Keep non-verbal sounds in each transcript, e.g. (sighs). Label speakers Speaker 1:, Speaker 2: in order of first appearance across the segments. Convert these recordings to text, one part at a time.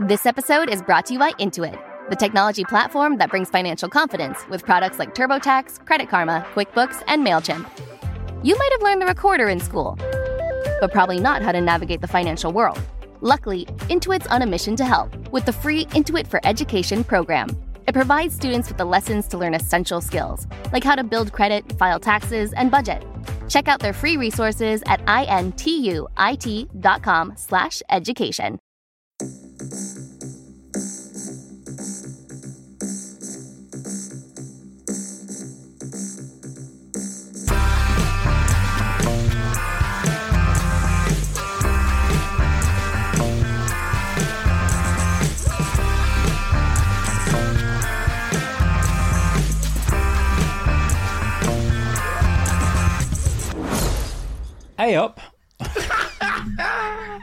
Speaker 1: This episode is brought to you by Intuit, the technology platform that brings financial confidence with products like TurboTax, Credit Karma, QuickBooks, and MailChimp. You might have learned the recorder in school, but probably not how to navigate the financial world. Luckily, Intuit's on a mission to help with the free Intuit for Education program. It provides students with the lessons to learn essential skills, like how to build credit, file taxes, and budget. Check out their free resources at intuit.com slash education.
Speaker 2: Hey up.
Speaker 3: No.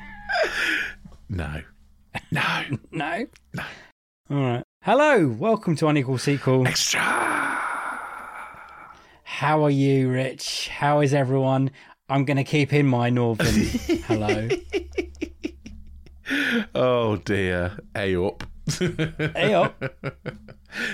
Speaker 3: No.
Speaker 2: (laughs) No. All right. Hello. Welcome to Unequal Sequel.
Speaker 3: Extra.
Speaker 2: How are you, Rich? How is everyone? I'm going to keep in my Northern (laughs) hello.
Speaker 3: Oh dear. A up. (laughs)
Speaker 2: Hey up.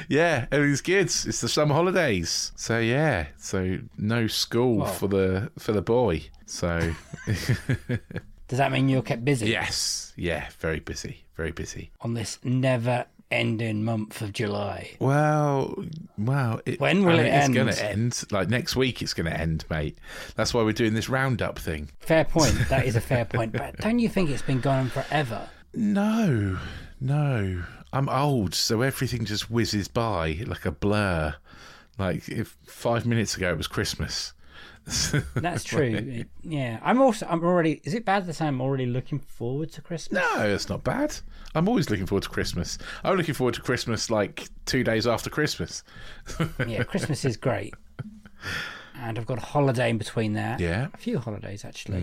Speaker 3: yeah, everything's good. It's the summer holidays. So yeah. So no school for the for the boy.
Speaker 2: (laughs)
Speaker 3: So
Speaker 2: Does that mean you're kept busy
Speaker 3: yes. Yeah, very busy. Very busy.
Speaker 2: on this never ending month of July?
Speaker 3: Well, well, it,
Speaker 2: When will
Speaker 3: I mean,
Speaker 2: it
Speaker 3: it's
Speaker 2: end?
Speaker 3: going to end. Like next week, it's going to end, mate. That's why we're doing this roundup thing.
Speaker 2: Fair point. That is a fair point. (laughs) But don't you think it's been going on forever?
Speaker 3: No, no. I'm old, so everything just whizzes by like a blur. Like if five minutes ago it was Christmas. (laughs)
Speaker 2: That's true. It- yeah. I'm also, I'm already, is it bad that I'm already looking forward to Christmas?
Speaker 3: No, that's not bad. I'm always looking forward to Christmas. I'm looking forward to Christmas like two days after Christmas.
Speaker 2: yeah, Christmas is great. And I've got a holiday in between there.
Speaker 3: Yeah. Mm.
Speaker 2: A few holidays actually.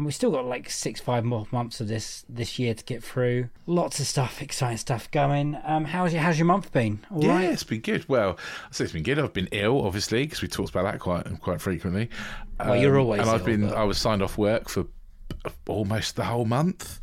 Speaker 2: And we've still got like six, five more months of this this year to get through. Lots of stuff, exciting stuff going. Um, how's your how's your month been? All
Speaker 3: Yeah,
Speaker 2: right.
Speaker 3: it's been good. Well, I say it's been good. I've been ill, obviously, because we talked about that quite quite frequently. Um,
Speaker 2: Well, you're always
Speaker 3: and I've
Speaker 2: ill,
Speaker 3: been
Speaker 2: but-
Speaker 3: I was signed off work for almost the whole month.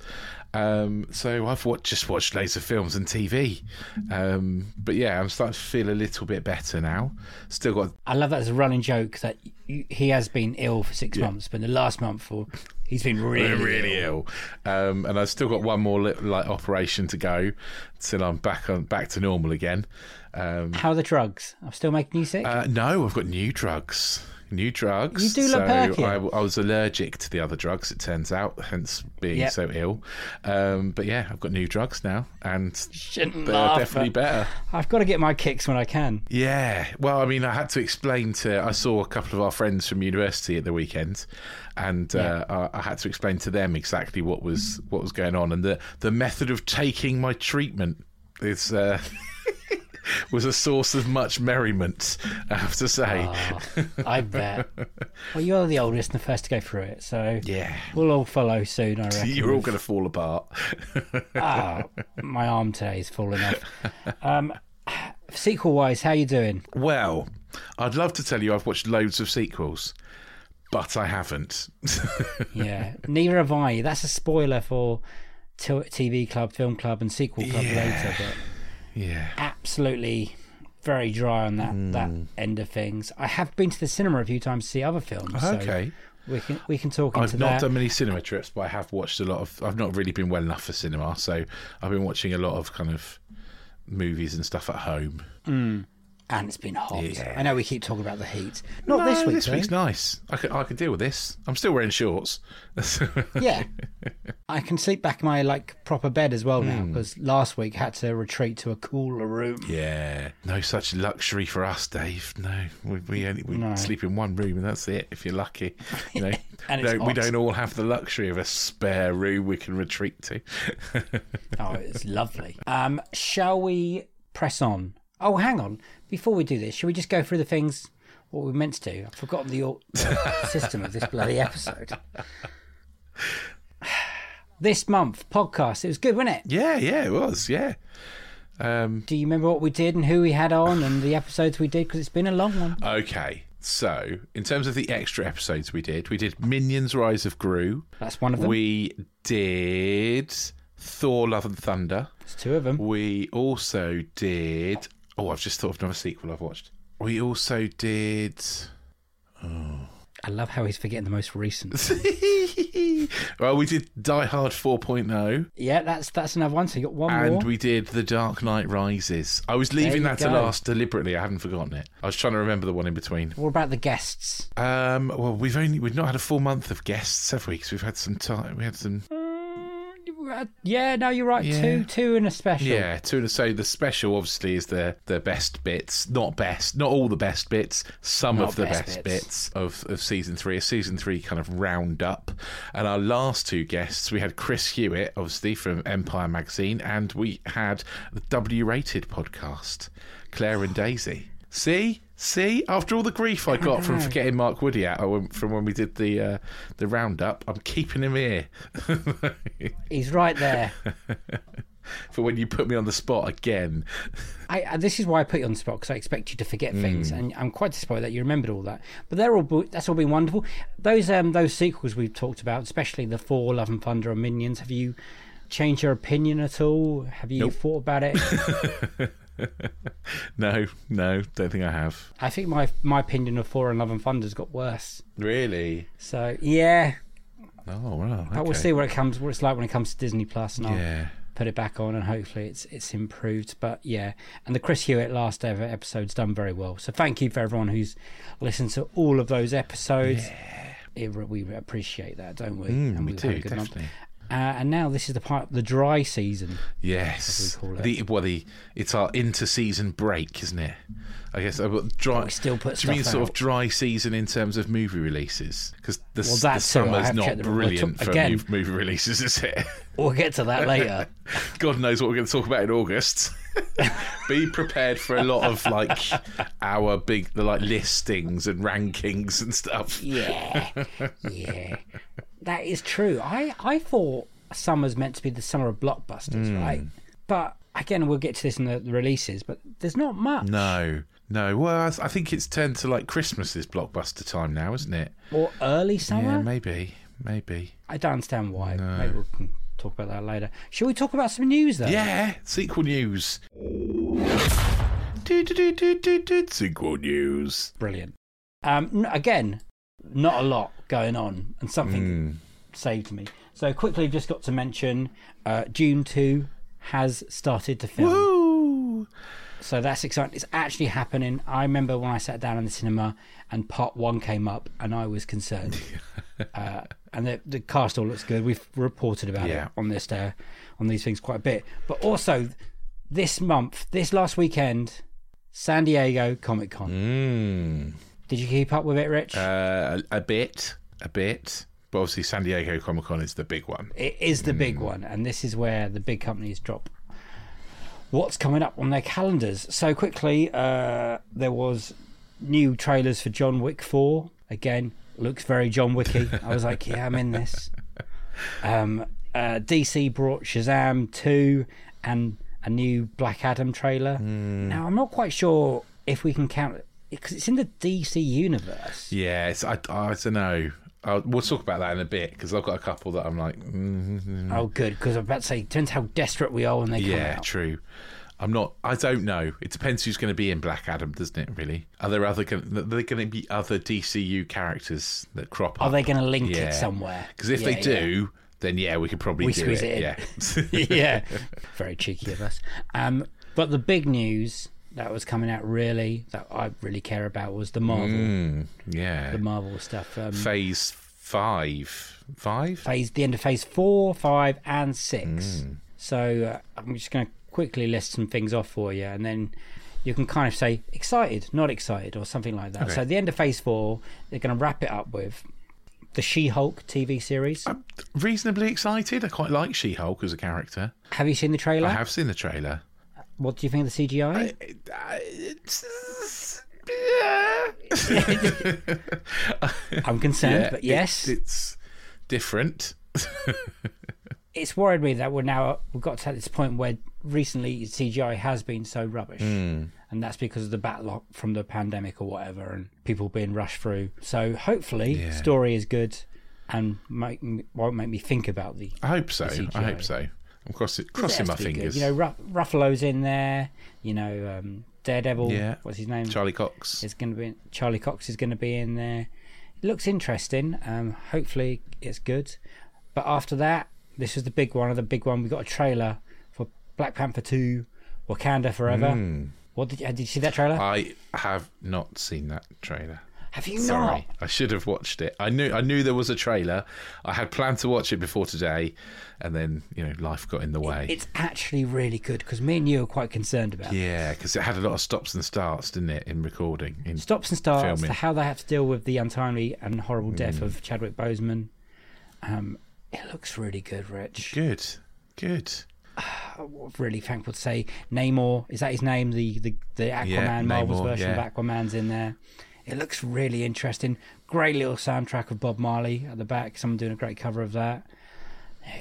Speaker 3: Um, so I've watched, just watched loads of films and TV. Um, but yeah, I'm starting to feel a little bit better now. Still got
Speaker 2: I love that as a running joke that y he has been ill for six months, but the last month or he's been really,
Speaker 3: really, really ill, um, and I've still got one more li- like operation to go till I'm back on back to normal again. Um,
Speaker 2: How are the drugs? I'm still making you sick.
Speaker 3: Uh, no, I've got new drugs. New drugs.
Speaker 2: You do
Speaker 3: so
Speaker 2: look perky.
Speaker 3: I, I was allergic to the other drugs. It turns out, hence being
Speaker 2: Yep.
Speaker 3: so ill. Um, but yeah, I've got new drugs now, and
Speaker 2: Shouldn't
Speaker 3: they're
Speaker 2: laugh.
Speaker 3: definitely
Speaker 2: but
Speaker 3: better.
Speaker 2: I've got to get my kicks when I can.
Speaker 3: Yeah. Well, I mean, I had to explain to. I saw a couple of our friends from university at the weekend, and uh, I, I had to explain to them exactly what was what was going on and the the method of taking my treatment is. Uh, (laughs) Was a source of much merriment, I have to say.
Speaker 2: Ah. I
Speaker 3: (laughs)
Speaker 2: bet. Well, you're the oldest and the first to go through it, so
Speaker 3: Yeah.
Speaker 2: we'll all follow soon.
Speaker 3: (laughs)
Speaker 2: I reckon.
Speaker 3: You're all going to fall apart.
Speaker 2: Ah, my arm today is falling off. Um, sequel wise, how you doing?
Speaker 3: Well, I'd love to tell you I've watched loads of sequels, but I haven't. (laughs)
Speaker 2: Yeah, neither have I. That's a spoiler for t- TV Club, Film Club, and Sequel Club later. But
Speaker 3: yeah.
Speaker 2: absolutely, very dry on that that
Speaker 3: Hmm.
Speaker 2: end of things. I have been to the cinema a few times to see other films. so
Speaker 3: Okay.
Speaker 2: we can we can talk into
Speaker 3: I've not
Speaker 2: that.
Speaker 3: done many cinema trips, but I have watched a lot of. I've not really been well enough for cinema, so I've been watching a lot of kind of movies and stuff at home.
Speaker 2: and it's been hot. I know we keep talking about the heat. Not
Speaker 3: No,
Speaker 2: this week. eh?
Speaker 3: This
Speaker 2: though.
Speaker 3: week's nice. I could I could deal with this. I'm still wearing shorts. (laughs)
Speaker 2: yeah i can sleep back in my like proper bed as well now because last week had to retreat to a cooler room
Speaker 3: yeah. No such luxury for us, Dave. No, we we, only, we
Speaker 2: No.
Speaker 3: sleep in one room and that's it. If you're lucky, you know.
Speaker 2: (laughs) And
Speaker 3: we,
Speaker 2: it's
Speaker 3: don't, we
Speaker 2: hot.
Speaker 3: don't all have the luxury of a spare room we can retreat to. (laughs)
Speaker 2: oh it's lovely um shall we press on oh hang on before we do this should we just go through the things what we are meant to do i've forgotten the au- (laughs) the system of this bloody episode (sighs) this month podcast it was good wasn't it
Speaker 3: Yeah, yeah, it was. Yeah. Um,
Speaker 2: do you remember what we did and who we had on and the episodes we did because it's been a long one
Speaker 3: okay. So, in terms of the extra episodes we did, we did Minions Rise of Gru.
Speaker 2: that's one of them
Speaker 3: We did Thor: Love and Thunder.
Speaker 2: It's two of them.
Speaker 3: We also did. Oh, I've just thought of another sequel I've watched. We also did.
Speaker 2: I love how he's forgetting the most recent.
Speaker 3: (laughs) well, we did Die Hard 4.0,
Speaker 2: yeah, that's that's another one. So you got one more.
Speaker 3: and we did The Dark Knight Rises. I was leaving
Speaker 2: There you
Speaker 3: that to
Speaker 2: go.
Speaker 3: last deliberately. I hadn't forgotten it. I was trying to remember the one in between.
Speaker 2: What about the guests?
Speaker 3: Um, well, we've only we've not had a full month of guests, have we? Because we've had some time. We had some.
Speaker 2: Uh, Yeah, no, you're right.
Speaker 3: Yeah.
Speaker 2: Two, two, and a special.
Speaker 3: Yeah, two and so the special obviously is the the best bits, not best, not all the best bits, some
Speaker 2: Not
Speaker 3: of the
Speaker 2: best
Speaker 3: best,
Speaker 2: bits.
Speaker 3: bits. of of season three. A season three kind of round up, and our last two guests we had Chris Hewitt, obviously from Empire magazine, and we had the W rated podcast, Claire and Daisy. See. See, after all the grief
Speaker 2: Oh,
Speaker 3: I got from forgetting Mark Woody out from when we did the uh, the roundup, I'm keeping him here. (laughs)
Speaker 2: He's right there.
Speaker 3: for when you put me on the spot again.
Speaker 2: I, I, this is why I put you on the spot because I expect you to forget
Speaker 3: Mm.
Speaker 2: things, and I'm quite disappointed that you remembered all that. But they're all bu- that's all been wonderful. Those um those sequels we've talked about, especially the four Love and Thunder and Minions. Have you changed your opinion at all? Have you thought about
Speaker 3: (laughs)
Speaker 2: it?
Speaker 3: No, no, don't think I have.
Speaker 2: I think my my opinion of four and Love and Thunder's got worse.
Speaker 3: Really?
Speaker 2: So yeah,
Speaker 3: Oh wow.
Speaker 2: but we'll see what it comes what it's like when it comes to Disney Plus, and I'll
Speaker 3: Yeah.
Speaker 2: put it back on, and hopefully it's it's improved. But yeah, and the Chris Hewitt last ever episode's done very well. So thank you for everyone who's listened to all of those episodes. It, we appreciate that, don't we? and
Speaker 3: we
Speaker 2: we've
Speaker 3: do,
Speaker 2: had a good month.
Speaker 3: definitely.
Speaker 2: Uh, and now this is the part, the dry season.
Speaker 3: Yes.
Speaker 2: we call it.
Speaker 3: The well, the it's our inter-season break, isn't it? I guess. Uh, but dry.
Speaker 2: we still put
Speaker 3: Do you mean
Speaker 2: stuff
Speaker 3: sort
Speaker 2: out.
Speaker 3: of dry season in terms of movie releases? Because the,
Speaker 2: Well,
Speaker 3: s- the
Speaker 2: that too, I
Speaker 3: summer's
Speaker 2: have checked
Speaker 3: not
Speaker 2: the- we'll talk-
Speaker 3: brilliant for
Speaker 2: again.
Speaker 3: mov- movie releases, is it? (laughs)
Speaker 2: We'll get to that later.
Speaker 3: God knows what we're going to talk about in August. (laughs) Be prepared for a lot of like our big the like listings and rankings and
Speaker 2: (laughs)
Speaker 3: stuff.
Speaker 2: yeah, yeah, that is true. I I thought summer's meant to be the summer of blockbusters, right? But again, we'll get to this in the, the releases. But there's not much.
Speaker 3: No, no. Well, I, I think it's turned to like Christmas's blockbuster time now, isn't it?
Speaker 2: or early summer.
Speaker 3: Yeah, maybe, maybe.
Speaker 2: I don't understand why. Maybe we can talk about that later. Shall we talk about some news though?
Speaker 3: Yeah, sequel news. Do, do, do, do, do, do, sequel news.
Speaker 2: Brilliant. Um, n- again, not a lot going on, and something saved me. So quickly, just got to mention uh, June Two has started to film.
Speaker 3: Woo!
Speaker 2: So that's exciting. It's actually happening. I remember when I sat down in the cinema and part one came up, and I was
Speaker 3: (laughs)
Speaker 2: concerned. uh, and the, the cast all looks good. We've reported about
Speaker 3: Yeah.
Speaker 2: it on this uh, on these things quite a bit. But also this month, this last weekend, San Diego Comic Con.
Speaker 3: Mm.
Speaker 2: Did you keep up with it, Rich?
Speaker 3: Uh, a, a bit, a bit. But obviously, San Diego Comic Con is the big one.
Speaker 2: it is the big one, and this is where the big companies drop what's coming up on their calendars. So quickly, uh, there was new trailers for John Wick Four. Again, looks very John Wicky. I was like, yeah, I'm in this. Um, uh, DC brought Shazam Two and a new Black Adam trailer. Now, I'm not quite sure if we can count it because it's in the DC universe.
Speaker 3: Yeah, it's, I, I don't know. I'll, we'll talk about that in a bit because I've got a couple that I'm like, mm
Speaker 2: Oh, good, because I'm about to say, depends how desperate we are when they come
Speaker 3: Yeah,
Speaker 2: out.
Speaker 3: true. I'm not. I don't know. It depends who's going to be in Black Adam, doesn't it? Really? Are there other? Are there going to be other DCU characters that crop
Speaker 2: Are
Speaker 3: up?
Speaker 2: they going to link
Speaker 3: Yeah.
Speaker 2: it somewhere?
Speaker 3: Because if
Speaker 2: Yeah,
Speaker 3: they do, then yeah, we could probably
Speaker 2: We
Speaker 3: do
Speaker 2: squeeze
Speaker 3: it.
Speaker 2: it (laughs)
Speaker 3: Yeah. (laughs)
Speaker 2: yeah. yeah, very cheeky of us. Um, but the big news that was coming out really that I really care about was the Marvel,
Speaker 3: Mm, yeah.
Speaker 2: the Marvel stuff. Um,
Speaker 3: Phase five. Five.
Speaker 2: phase the end of phase four, five, and six.
Speaker 3: Mm.
Speaker 2: So uh, I'm just going to quickly list some things off for you, and then you can kind of say excited, not excited, or something like that. So the end of phase four, they're going to wrap it up with the She-Hulk TV series.
Speaker 3: I'm reasonably excited. I quite like She-Hulk as a character.
Speaker 2: have you seen the trailer?
Speaker 3: I have seen the trailer.
Speaker 2: What do you think of the CGI?
Speaker 3: Uh,
Speaker 2: uh,
Speaker 3: it's- yeah.
Speaker 2: I'm concerned,
Speaker 3: Yeah,
Speaker 2: (laughs) but
Speaker 3: it-
Speaker 2: yes.
Speaker 3: it's different.
Speaker 2: it's worried me that we're now we've got to this point where recently CGI has been so rubbish,
Speaker 3: Hmm.
Speaker 2: and that's because of the backlog from the pandemic or whatever, and people being rushed through. So hopefully,
Speaker 3: Yeah.
Speaker 2: story is good, and make, won't make me think about the
Speaker 3: I hope so.
Speaker 2: CGI.
Speaker 3: I hope so. I'm crossing, crossing my
Speaker 2: Has to be good.
Speaker 3: fingers.
Speaker 2: You know, Ruff- Ruffalo's in there. You know, um, Daredevil.
Speaker 3: yeah.
Speaker 2: What's his name?
Speaker 3: Charlie Cox.
Speaker 2: is going to be Charlie Cox is going to be in there. It looks interesting. Um, hopefully it's good. But after that, this is the big one. The big one. We got a trailer for Black Panther Two, Wakanda Forever.
Speaker 3: Hmm.
Speaker 2: What did you, did you see that trailer?
Speaker 3: I have not seen that trailer.
Speaker 2: Have you
Speaker 3: Sorry, I should have watched it. I knew I knew there was a trailer. I had planned to watch it before today, and then you know life got in the way.
Speaker 2: not? It's actually really good because me and you are quite concerned about it.
Speaker 3: yeah, because it had a lot of stops and starts, didn't it, in recording? In,
Speaker 2: stops and starts,
Speaker 3: Filming.
Speaker 2: how they have to deal with the untimely and horrible
Speaker 3: Hmm.
Speaker 2: death of Chadwick Boseman. Um, it looks really good, Rich.
Speaker 3: Good, good.
Speaker 2: really thankful to say Namor is that his name the the, the Aquaman
Speaker 3: Yeah,
Speaker 2: Marvel's
Speaker 3: Namor,
Speaker 2: version
Speaker 3: yeah.
Speaker 2: of Aquaman's in there it looks really interesting great little soundtrack of Bob Marley at the back someone doing a great cover of that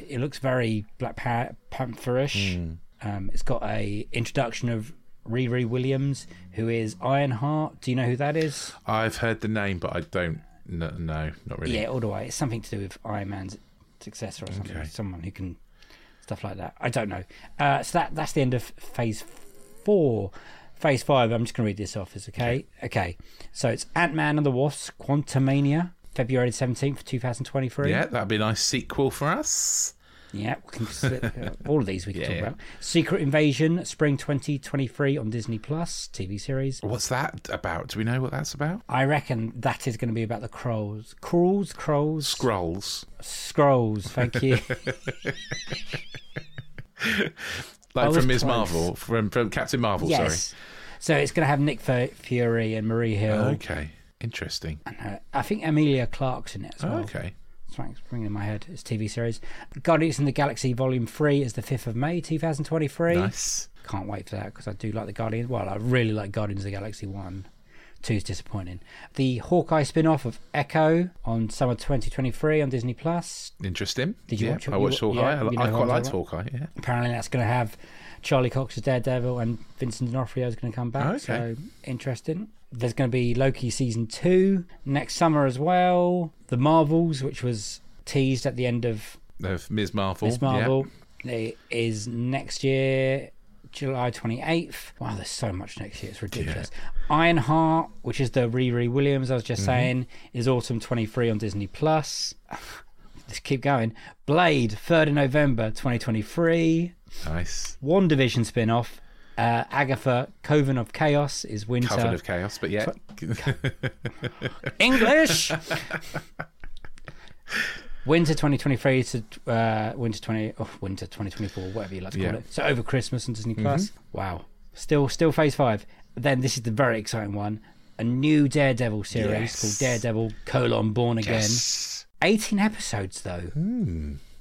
Speaker 2: it looks very Black pa- Pantherish
Speaker 3: Hmm.
Speaker 2: um, it's got a introduction of Riri Williams who is Ironheart do you know who that is
Speaker 3: I've heard the name, but I don't. No, no not really.
Speaker 2: yeah all the way it's something to do with Iron Man's successor or something
Speaker 3: Okay.
Speaker 2: someone who can stuff like that. I don't know. Uh, so that that's the end of phase four. Phase five. I'm just going to read this off. Is okay. Okay. So it's Ant Man and the Wasp: Quantumania, February 17th, 2023.
Speaker 3: Yeah, that'd be a nice sequel for us.
Speaker 2: Yeah, we can slip, uh, all of these we can
Speaker 3: (laughs) Yeah,
Speaker 2: talk
Speaker 3: yeah.
Speaker 2: about. Secret Invasion, Spring 2023 on Disney Plus TV series.
Speaker 3: What's that about? Do we know what that's about?
Speaker 2: I reckon that is going to be about the crows, crawls, crows,
Speaker 3: Scrolls.
Speaker 2: scrolls. Thank
Speaker 3: (laughs)
Speaker 2: you. I
Speaker 3: Like
Speaker 2: was
Speaker 3: from Ms.
Speaker 2: close.
Speaker 3: Marvel, from, from Captain Marvel,
Speaker 2: yes. So it's going to have Nick Fu- Fury and Marie Hill.
Speaker 3: sorry. Okay. Interesting.
Speaker 2: Uh, I think Amelia Clark's in it as well.
Speaker 3: Oh, okay.
Speaker 2: It's right, it's ringing in my head. It's a TV series. Guardians in the Galaxy Volume 3 is the 5th of May 2023.
Speaker 3: Nice.
Speaker 2: Can't wait for that because I do like the Guardians. Well, I really like Guardians of the Galaxy 1. 2 is disappointing. The Hawkeye spin off of Echo on summer 2023 on Disney Plus.
Speaker 3: Interesting.
Speaker 2: Did you
Speaker 3: yeah,
Speaker 2: watch-
Speaker 3: I
Speaker 2: you
Speaker 3: watched
Speaker 2: wa-
Speaker 3: Hawkeye.
Speaker 2: yeah,
Speaker 3: I,
Speaker 2: you know
Speaker 3: I
Speaker 2: what
Speaker 3: quite
Speaker 2: I'm
Speaker 3: liked
Speaker 2: talking
Speaker 3: Hawkeye. Yeah.
Speaker 2: Apparently, that's going to have Charlie Cox as Daredevil and Vincent D'Onofrio is going to come back.
Speaker 3: Okay.
Speaker 2: So interesting. There's going to be Loki season two next summer as well. The Marvels, which was teased at the end of
Speaker 3: Of Ms. Marvel.
Speaker 2: Miss
Speaker 3: Oh, yeah.
Speaker 2: Marvel it is next year, July 28th. Wow, there's so much next year. It's ridiculous. Ironheart, which is the Riri Williams I was
Speaker 3: Mm-hmm.
Speaker 2: just saying, is autumn 23 on Disney Plus. (sighs) Just keep going. Blade, 3rd of November 2023.
Speaker 3: Nice.
Speaker 2: WandaVision spin off. Uh, Agatha, Coven of Chaos is winter.
Speaker 3: Covered of chaos, but yeah.
Speaker 2: English.
Speaker 3: (laughs)
Speaker 2: winter 2023 to uh, winter 20 oh, winter 2024, whatever you like to call
Speaker 3: Yeah. Mm-hmm.
Speaker 2: it. So over Christmas on Disney Plus. Wow. Still, still Phase Five. Then this is the very exciting one: a new Daredevil series
Speaker 3: Yes.
Speaker 2: called Daredevil: Colon Born Again.
Speaker 3: (laughs) Yes.
Speaker 2: 18 episodes though.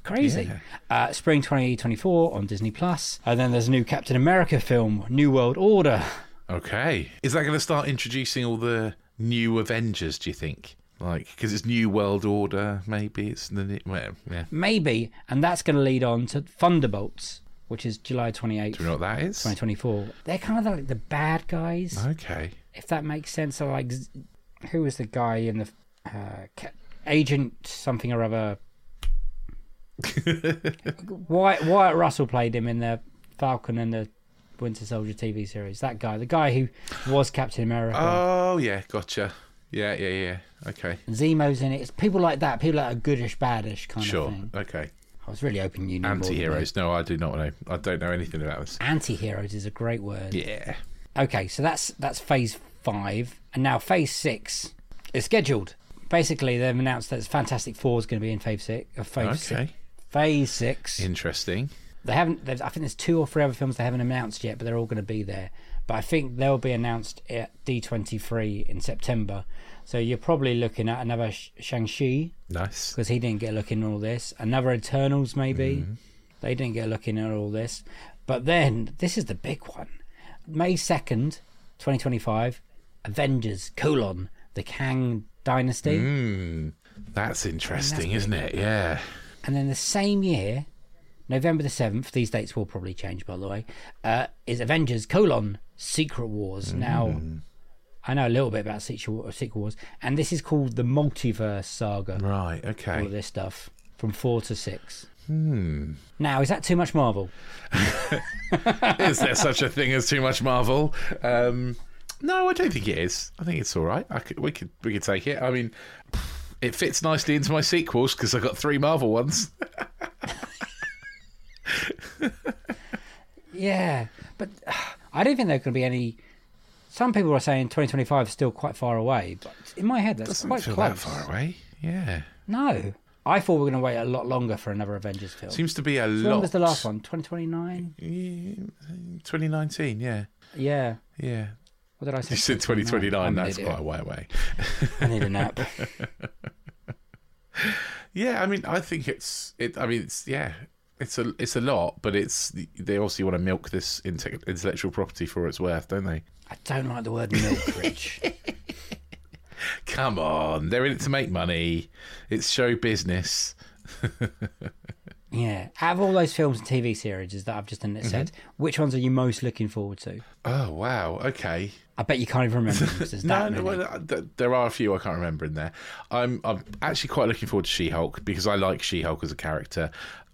Speaker 2: Crazy. Uh, spring 2024 on Disney Plus. And then there's a new Captain America film, New World Order.
Speaker 3: Okay. Is that going to start introducing all the new Avengers, do you think? Like, because it's New World Order, maybe it's the. new- Well, yeah.
Speaker 2: Maybe. And that's going to lead on to Thunderbolts, which is July 28th.
Speaker 3: Do you know what that is?
Speaker 2: 2024. They're kind of like the bad guys,
Speaker 3: Okay.
Speaker 2: if that makes sense. Or like, z- who was the guy in the uh, ca- agent something or other? Wyatt, Wyatt Russell played him in the Falcon and the Winter Soldier TV series. That guy, the guy who was Captain America.
Speaker 3: Oh, yeah. Gotcha. Yeah, yeah, yeah. Okay.
Speaker 2: Zemo's in it. It's people like that. People that are goodish, badish kind of
Speaker 3: Sure.
Speaker 2: thing.
Speaker 3: Okay.
Speaker 2: I was really hoping you knew more than
Speaker 3: Anti
Speaker 2: me.
Speaker 3: heroes. No, I do not know. I don't know anything about this.
Speaker 2: Anti-heroes is a great word.
Speaker 3: Yeah.
Speaker 2: Okay, so that's that's phase five, and now phase six is scheduled. Basically, they've announced that Fantastic Four is going to be in phase six. Uh, phase six.
Speaker 3: Okay.
Speaker 2: Phase six.
Speaker 3: Interesting.
Speaker 2: They haven't. there's- I think there's two or three other films they haven't announced yet, but they're all going to be there. But I think they'll be announced at D23 in September. So you're probably looking at another Sh- Shang-Chi
Speaker 3: Nice.
Speaker 2: because he didn't get a look in all this. Another Eternals, maybe. They didn't get a look in at all this. But then, this is the big one. May 2nd, 2025, Avengers, colon, the Kang Dynasty.
Speaker 3: That's interesting, isn't it? Yeah.
Speaker 2: And then the same year, November the 7th, these dates will probably change, by the way, uh, is Avengers, colon, Secret Wars. Now, I know a little bit about Secret Secret Wars, and this is called the Multiverse Saga,
Speaker 3: Right.
Speaker 2: all
Speaker 3: Okay.
Speaker 2: of this stuff, from 4 to 6.
Speaker 3: Hmm.
Speaker 2: Now, is that too much Marvel?
Speaker 3: is there such a thing as too much Marvel? Um, no, I don't think it is. I think it's all right. I could, we could we could take it. I mean, it fits nicely into my sequels because I got three Marvel ones.
Speaker 2: Yeah, but (sighs) I don't think there are going to be any. Some people are saying 2025 is still quite far away, but in my head, that's
Speaker 3: Doesn't
Speaker 2: quite
Speaker 3: feel
Speaker 2: close.
Speaker 3: that far away. Yeah,
Speaker 2: No, I thought we were going to wait a lot longer for another Avengers film.
Speaker 3: seems to be a
Speaker 2: when
Speaker 3: lot.
Speaker 2: was the last one? 2029.
Speaker 3: Twenty nineteen. Yeah,
Speaker 2: Yeah.
Speaker 3: yeah.
Speaker 2: What did I say?
Speaker 3: You said twenty twenty nine.
Speaker 2: I'm an
Speaker 3: That's
Speaker 2: idiot.
Speaker 3: quite a way away.
Speaker 2: I need a nap.
Speaker 3: Yeah, I mean, I think it's it. I mean, it's yeah, it's a it's a lot, but it's they obviously want to milk this inte- intellectual property for its worth, don't they?
Speaker 2: I don't like the word milk
Speaker 3: (laughs)
Speaker 2: rich.
Speaker 3: Come on, they're in it to make money. It's show business.
Speaker 2: yeah. Out of all those films and TV series that I've just
Speaker 3: Mm-hmm.
Speaker 2: said, which ones are you most looking forward to?
Speaker 3: Oh wow, okay.
Speaker 2: I bet you can't even
Speaker 3: (laughs)
Speaker 2: remember them 'cause there's
Speaker 3: No,
Speaker 2: that
Speaker 3: no,
Speaker 2: many.
Speaker 3: well, uh, th- there are a few I can't remember in there. I'm I'm actually quite looking forward to She-Hulk because I like She-Hulk as a character.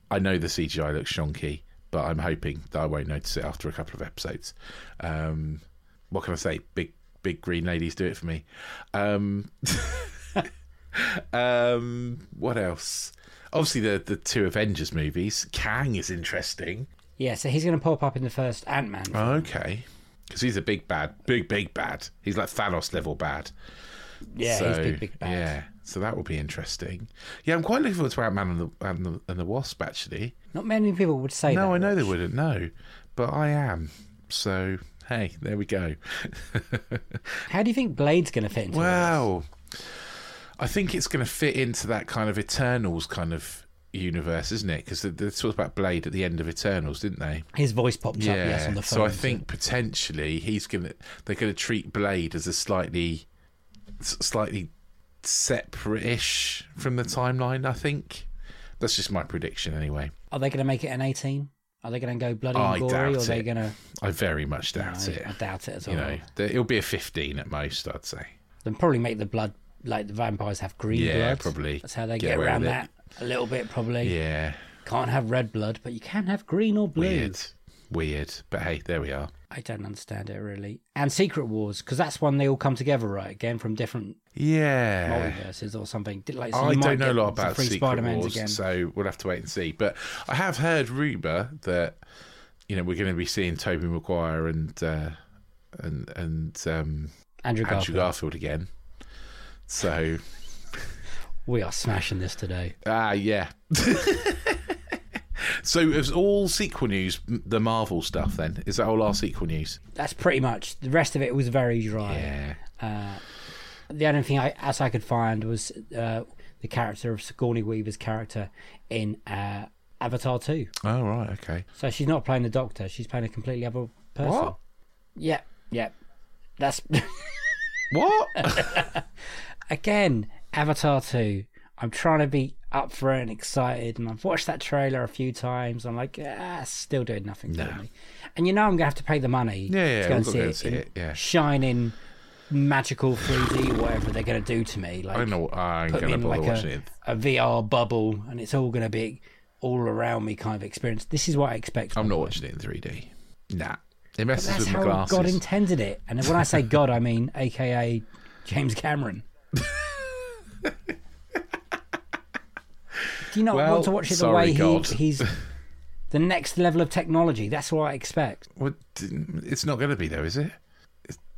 Speaker 3: I know the CGI looks shonky, but I'm hoping that I won't notice it after a couple of episodes. Um, what can I say? Big big green ladies do it for me. Um, (laughs) um, what else? Obviously, the the two Avengers movies. Kang is interesting.
Speaker 2: Yeah, so he's going to pop up in the first Ant Man.
Speaker 3: Okay. Because he's a big bad, big big bad. He's like Thanos level bad.
Speaker 2: yeah, he's
Speaker 3: So,
Speaker 2: big, big bad.
Speaker 3: Yeah, so that will be interesting. Yeah, I'm quite looking forward to Ant Man and the, and the and the Wasp actually.
Speaker 2: Not many people would say that.
Speaker 3: No, I know they
Speaker 2: Rich.
Speaker 3: wouldn't. No, but I am. So hey, there we go.
Speaker 2: How do you think Blade's going to fit into all
Speaker 3: Wow. I think it's going to fit into that kind of Eternals kind of universe, isn't it? Because they, they talked about Blade at the end of Eternals, didn't they?
Speaker 2: this? His voice popped up, yes, on the phone.
Speaker 3: So I think potentially he's gonna they're gonna treat Blade as a slightly s- slightly separate-ish from the timeline. I think that's just my prediction anyway.
Speaker 2: Are they going to make it an 18? Are they going to go bloody and
Speaker 3: I
Speaker 2: gory? Or are
Speaker 3: doubt
Speaker 2: they
Speaker 3: it.
Speaker 2: going to.
Speaker 3: I very much doubt it.
Speaker 2: I doubt it at all.
Speaker 3: You know, there- it'll be a fifteen at most. I'd say.
Speaker 2: They'll probably make the blood, like the vampires have green blood.
Speaker 3: Yeah, probably.
Speaker 2: That's how they
Speaker 3: Get
Speaker 2: get,
Speaker 3: away
Speaker 2: around
Speaker 3: with it.
Speaker 2: that. A little bit, probably.
Speaker 3: Yeah,
Speaker 2: Can't have red blood, but you can have green or blue.
Speaker 3: weird, weird. But hey, there we are.
Speaker 2: I don't understand it really. And Secret Wars, because that's when they all come together, right? Again, from different
Speaker 3: Yeah.
Speaker 2: multiverses or something. Did- Like, so
Speaker 3: Uh, I
Speaker 2: you might
Speaker 3: don't know a
Speaker 2: get
Speaker 3: lot
Speaker 2: the
Speaker 3: about
Speaker 2: three
Speaker 3: Secret
Speaker 2: Spider-Mans
Speaker 3: Wars,
Speaker 2: again.
Speaker 3: so we'll have to wait and see. But I have heard rumor that you know we're going to be seeing Toby Maguire and uh, and and um,
Speaker 2: Andrew Garfield.
Speaker 3: Andrew Garfield again. So
Speaker 2: We are smashing this today.
Speaker 3: ah yeah. (laughs) so it was all sequel news, m- the Marvel stuff. Then is that all our sequel news?
Speaker 2: That's pretty much the rest of it was very dry.
Speaker 3: Yeah.
Speaker 2: The only thing I, as I could find was uh, the character of Sigourney Weaver's character in uh, Avatar Two.
Speaker 3: Oh right. Okay.
Speaker 2: So she's not playing the Doctor; she's playing a completely other person.
Speaker 3: What?
Speaker 2: Yeah, yeah. That's (laughs)
Speaker 3: What?
Speaker 2: again Avatar Two. I'm trying to be up for it and excited, and I've watched that trailer a few times. I'm like, ah, it's still doing nothing for me. And you know, I'm gonna have to pay the money.
Speaker 3: Yeah, yeah,
Speaker 2: to go and
Speaker 3: we've
Speaker 2: see
Speaker 3: got to
Speaker 2: it.
Speaker 3: see
Speaker 2: in
Speaker 3: it, yeah.
Speaker 2: shining magical 3D, whatever they're gonna do to me. Like,
Speaker 3: I know. I'm
Speaker 2: put me
Speaker 3: going to
Speaker 2: in
Speaker 3: bother
Speaker 2: like
Speaker 3: watching
Speaker 2: a,
Speaker 3: it.
Speaker 2: a VR bubble, and it's all going to be all around me kind of experience. This is what I expect.
Speaker 3: I'm not watching it in 3D. Nah. It messes
Speaker 2: That's
Speaker 3: with
Speaker 2: how
Speaker 3: my glasses.
Speaker 2: God intended it. And when I
Speaker 3: (laughs)
Speaker 2: say God, I mean AKA James Cameron. Do you not
Speaker 3: Well,
Speaker 2: want to watch it the
Speaker 3: sorry,
Speaker 2: way
Speaker 3: God.
Speaker 2: he,
Speaker 3: (laughs)
Speaker 2: he's the next level of technology? That's what I expect.
Speaker 3: Well, didn't- it's not going to be though, is it?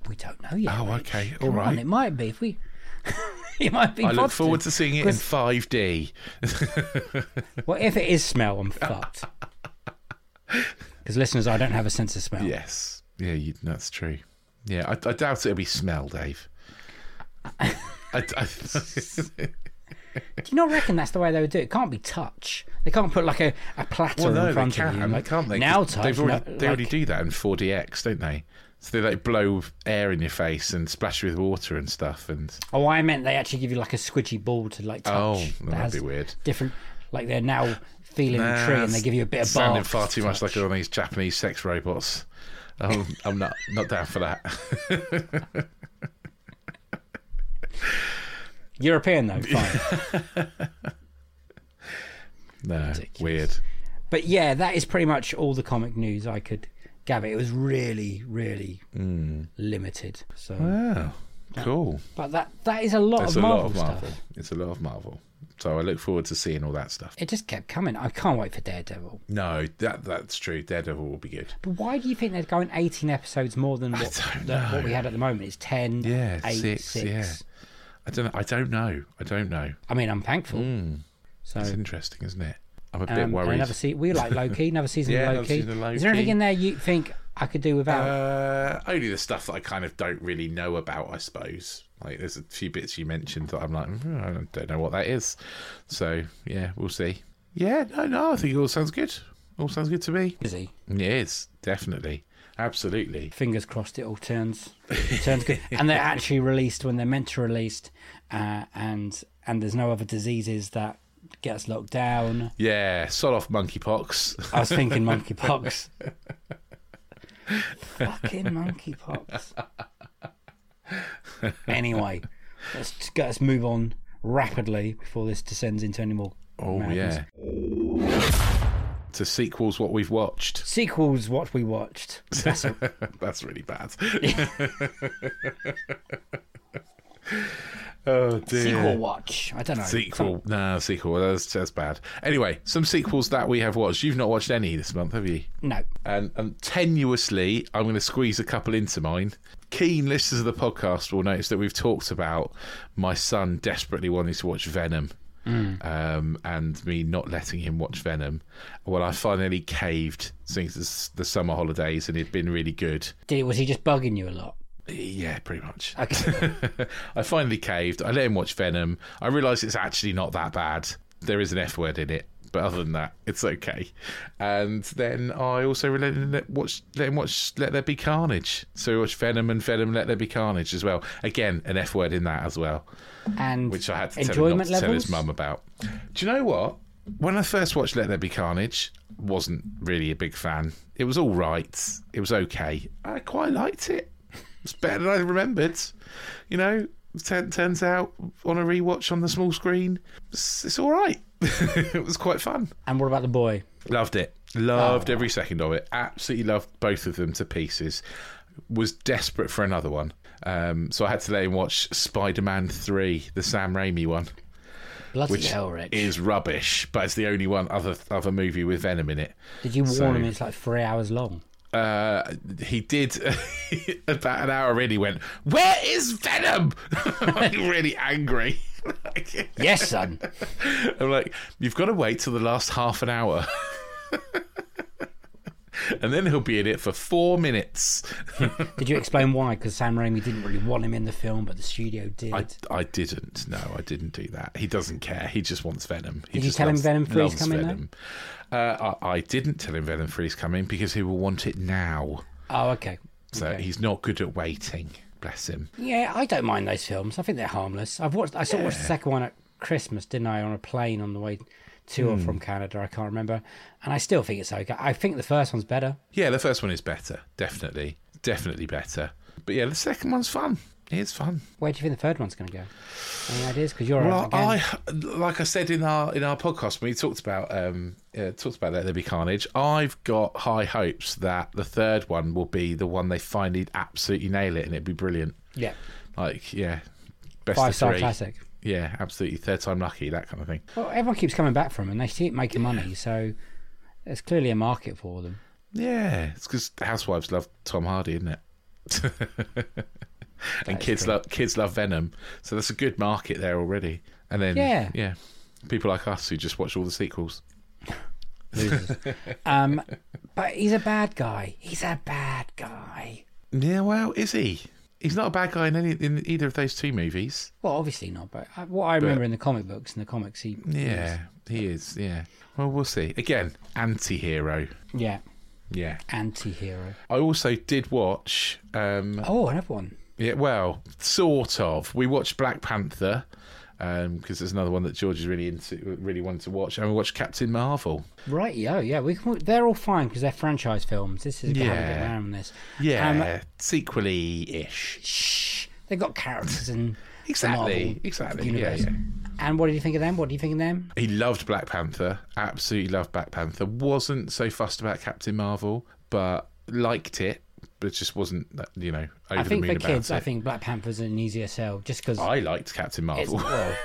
Speaker 2: We don't know yet.
Speaker 3: Oh,
Speaker 2: Rich.
Speaker 3: okay, all
Speaker 2: Come on,
Speaker 3: right.
Speaker 2: it might be if we. (laughs) it might be.
Speaker 3: I look
Speaker 2: positive.
Speaker 3: forward to seeing it in
Speaker 2: Chris-
Speaker 3: 5D.
Speaker 2: Well, if it is smell, I'm
Speaker 3: (laughs)
Speaker 2: fucked. Because listeners, I don't have a sense of smell.
Speaker 3: Yes. Yeah, you, that's true. Yeah, I, I doubt it'll be smell, (laughs) Dave. I, (laughs) I-
Speaker 2: Do you not reckon that's the way they would do it? It can't be touch. They can't put like a, a platter
Speaker 3: well, no,
Speaker 2: in
Speaker 3: they
Speaker 2: front of you.
Speaker 3: can,
Speaker 2: and, Like,
Speaker 3: can't they?
Speaker 2: Now
Speaker 3: 'Cause
Speaker 2: touch.
Speaker 3: They've already,
Speaker 2: no,
Speaker 3: they already
Speaker 2: like-
Speaker 3: do that in 4DX, don't they? So they like blow air in your face and splash you with water and stuff. And
Speaker 2: Oh, I meant they actually give you like a squidgy ball to like touch.
Speaker 3: oh,
Speaker 2: that
Speaker 3: that'd
Speaker 2: has
Speaker 3: be weird.
Speaker 2: Different. Like they're now feeling the tree and they give you a bit of bark.
Speaker 3: sounding far too
Speaker 2: to
Speaker 3: much like
Speaker 2: touch.
Speaker 3: one of these Japanese sex (laughs) robots. Um, I'm not not down for that. (laughs)
Speaker 2: European though. Fine.
Speaker 3: No,
Speaker 2: Ridiculous.
Speaker 3: weird.
Speaker 2: But yeah, that is pretty much all the comic news I could gather. It was really, really
Speaker 3: Hmm.
Speaker 2: limited. So,
Speaker 3: Oh, cool.
Speaker 2: but that that is a lot
Speaker 3: It's
Speaker 2: of
Speaker 3: a
Speaker 2: Marvel
Speaker 3: lot of
Speaker 2: stuff.
Speaker 3: Marvel. It's a lot of Marvel. So I look forward to seeing all that stuff.
Speaker 2: It just kept coming. I can't wait for Daredevil.
Speaker 3: No, that that's true. Daredevil will be good.
Speaker 2: But why do you think they're going 18 episodes more than what,
Speaker 3: don't
Speaker 2: than what
Speaker 3: know.
Speaker 2: we had at the moment? It's 10,
Speaker 3: Yeah,
Speaker 2: 8,
Speaker 3: six,
Speaker 2: 6.
Speaker 3: yeah. I don't. I don't know. I don't know.
Speaker 2: I mean, I'm thankful. So,
Speaker 3: Hmm. It's
Speaker 2: um,
Speaker 3: interesting, isn't it? I'm a bit
Speaker 2: and
Speaker 3: worried.
Speaker 2: another se- we like Loki,
Speaker 3: (laughs)
Speaker 2: another season
Speaker 3: Yeah,
Speaker 2: of
Speaker 3: another
Speaker 2: Loki.
Speaker 3: season of
Speaker 2: Is there anything
Speaker 3: Loki.
Speaker 2: in there you think I could do without?
Speaker 3: Uh, only the stuff that I kind of don't really know about, I suppose. Like there's a few bits you mentioned that I'm like, "Hmm, I don't know what that is. So yeah, we'll see. Yeah, no, no, I think it all sounds good. All sounds good to me.
Speaker 2: (laughs) Busy.
Speaker 3: Yes, definitely, absolutely.
Speaker 2: fingers crossed it all
Speaker 3: (laughs)
Speaker 2: turns turns good and they're actually released when they're meant to released uh, and and there's no other diseases that get us locked down
Speaker 3: Yeah, sod off monkeypox. (laughs)
Speaker 2: i was thinking monkeypox fucking monkeypox anyway let's let's move on rapidly before this descends into any more
Speaker 3: Oh
Speaker 2: madness.
Speaker 3: yeah. To sequels, what we've watched.
Speaker 2: sequels what we watched That's
Speaker 3: (laughs)
Speaker 2: a-
Speaker 3: That's really bad. (laughs) oh dear.
Speaker 2: sequel watch i don't know
Speaker 3: Sequel, no sequel. That's that's bad. Anyway, some sequels that we have watched. You've not watched any this month, have you?
Speaker 2: Some- no
Speaker 3: And, and tenuously, I'm going to squeeze a couple into mine. Keen listeners of the podcast will notice that we've talked about my son desperately wanting to watch Venom, um, and me not letting him watch Venom. Well, I finally caved since it's the summer holidays, and it'd been really good.
Speaker 2: did was he just bugging you a lot
Speaker 3: Yeah, pretty much. (laughs)
Speaker 2: okay
Speaker 3: I finally caved. I let him watch Venom. I realised it's actually not that bad. There is an F word in it, but other than that, it's okay. And then I also let him let- watch, let him watch Let There Be Carnage. So we watched Venom and Venom Let There Be Carnage as well. Again, an F word in that as well,
Speaker 2: and
Speaker 3: which I had to tell him
Speaker 2: enjoyment
Speaker 3: not to tell
Speaker 2: levels
Speaker 3: his mum about. Do you know what? When I first watched Let There Be Carnage, wasn't really a big fan. It was all right. It was okay. I quite liked it. It's better than I remembered. You know, t- turns out on a rewatch on the small screen, it's, it's all right. (laughs) it was quite fun.
Speaker 2: And what about the boy?
Speaker 3: Loved it. Loved
Speaker 2: Ah.
Speaker 3: every second of it. Absolutely loved both of them to pieces. Was desperate for another one. Um, so I had to let him watch Spider Man 3, the Sam Raimi one,
Speaker 2: Bloody
Speaker 3: which
Speaker 2: hell, Rich.
Speaker 3: is rubbish, but it's the only one other other movie with Venom in it.
Speaker 2: Did you warn him it's like three hours long?
Speaker 3: Uh, he did (laughs) about an hour in, he went, Where is Venom? (laughs) like, really angry. (laughs) Like,
Speaker 2: Yes, son.
Speaker 3: (laughs) I'm like, you've got to wait till the last half an hour. (laughs) and then he'll be in it for four minutes.
Speaker 2: Did you explain why? Because Sam Raimi didn't really want him in the film, but the studio did.
Speaker 3: I, I didn't. No, I didn't do that. He doesn't care. He just wants Venom. He
Speaker 2: Did you
Speaker 3: just
Speaker 2: tell him
Speaker 3: loves-
Speaker 2: Venom 3 is
Speaker 3: loves
Speaker 2: coming now?
Speaker 3: Venom. Uh, I, I didn't tell him Venom 3 is coming because he will want it now.
Speaker 2: oh, okay.
Speaker 3: So he's not good at waiting. Bless him.
Speaker 2: Yeah, I don't mind those films. I think they're harmless. I've watched. I saw watched the second one at Christmas, didn't I? On a plane on the way to
Speaker 3: Hmm.
Speaker 2: or from Canada. I can't remember. And I still think it's okay. I think the first one's better.
Speaker 3: Yeah, the first one is better. Definitely. Definitely better. But yeah, the second one's fun. It is fun.
Speaker 2: Where do you think the third one's going to go? Any ideas? Because you're out
Speaker 3: Well,
Speaker 2: again.
Speaker 3: I like I said in our in our podcast when we talked about um uh, talked about that there be carnage. I've got high hopes that the third one will be the one they finally absolutely nail it and it'd be brilliant.
Speaker 2: Yeah,
Speaker 3: Like yeah, best
Speaker 2: five
Speaker 3: of
Speaker 2: star
Speaker 3: three.
Speaker 2: classic.
Speaker 3: Yeah, absolutely. Third time lucky, that kind of thing.
Speaker 2: Well, everyone keeps coming back from, 'em and they keep making money. So there's clearly a market for them.
Speaker 3: Yeah, it's because housewives love Tom Hardy, (laughs) isn't it? and kids love kids love Venom, so that's a good market there already. And then
Speaker 2: Yeah.
Speaker 3: yeah, people like us who just watch all the sequels.
Speaker 2: losers. um, (laughs) but he's a bad guy. He's a bad guy.
Speaker 3: Yeah, well, is he? He's not a bad guy in any in either of those two movies.
Speaker 2: Well, obviously not. But I, what I remember in the comic books, in the comics, he
Speaker 3: Yeah, he is. Yeah. Well, we'll see. Again, anti-hero.
Speaker 2: yeah,
Speaker 3: Yeah.
Speaker 2: anti-hero.
Speaker 3: I also did watch. Um,
Speaker 2: Oh, another one.
Speaker 3: yeah, well, sort of. We watched Black Panther because there's another one that George is really into, really wanted to watch, and we watched Captain Marvel.
Speaker 2: Right, yo, yeah, we can, they're all fine because they're franchise films. This is a how we get
Speaker 3: Yeah.
Speaker 2: around this.
Speaker 3: Yeah, sequely ish.
Speaker 2: Shh, they've got characters and
Speaker 3: Exactly.
Speaker 2: Marvel
Speaker 3: exactly.
Speaker 2: universe.
Speaker 3: Yeah, yeah.
Speaker 2: And what did you think of them? What do you think of them?
Speaker 3: He loved Black Panther, absolutely loved Black Panther. Wasn't so fussed about Captain Marvel, but liked it, but just wasn't you know over
Speaker 2: I think
Speaker 3: the
Speaker 2: for
Speaker 3: moon about
Speaker 2: kids,
Speaker 3: it. Oh,
Speaker 2: I think Black Panther's an easier sell just because
Speaker 3: I liked Captain
Speaker 2: it's
Speaker 3: (laughs) Marvel.
Speaker 2: well,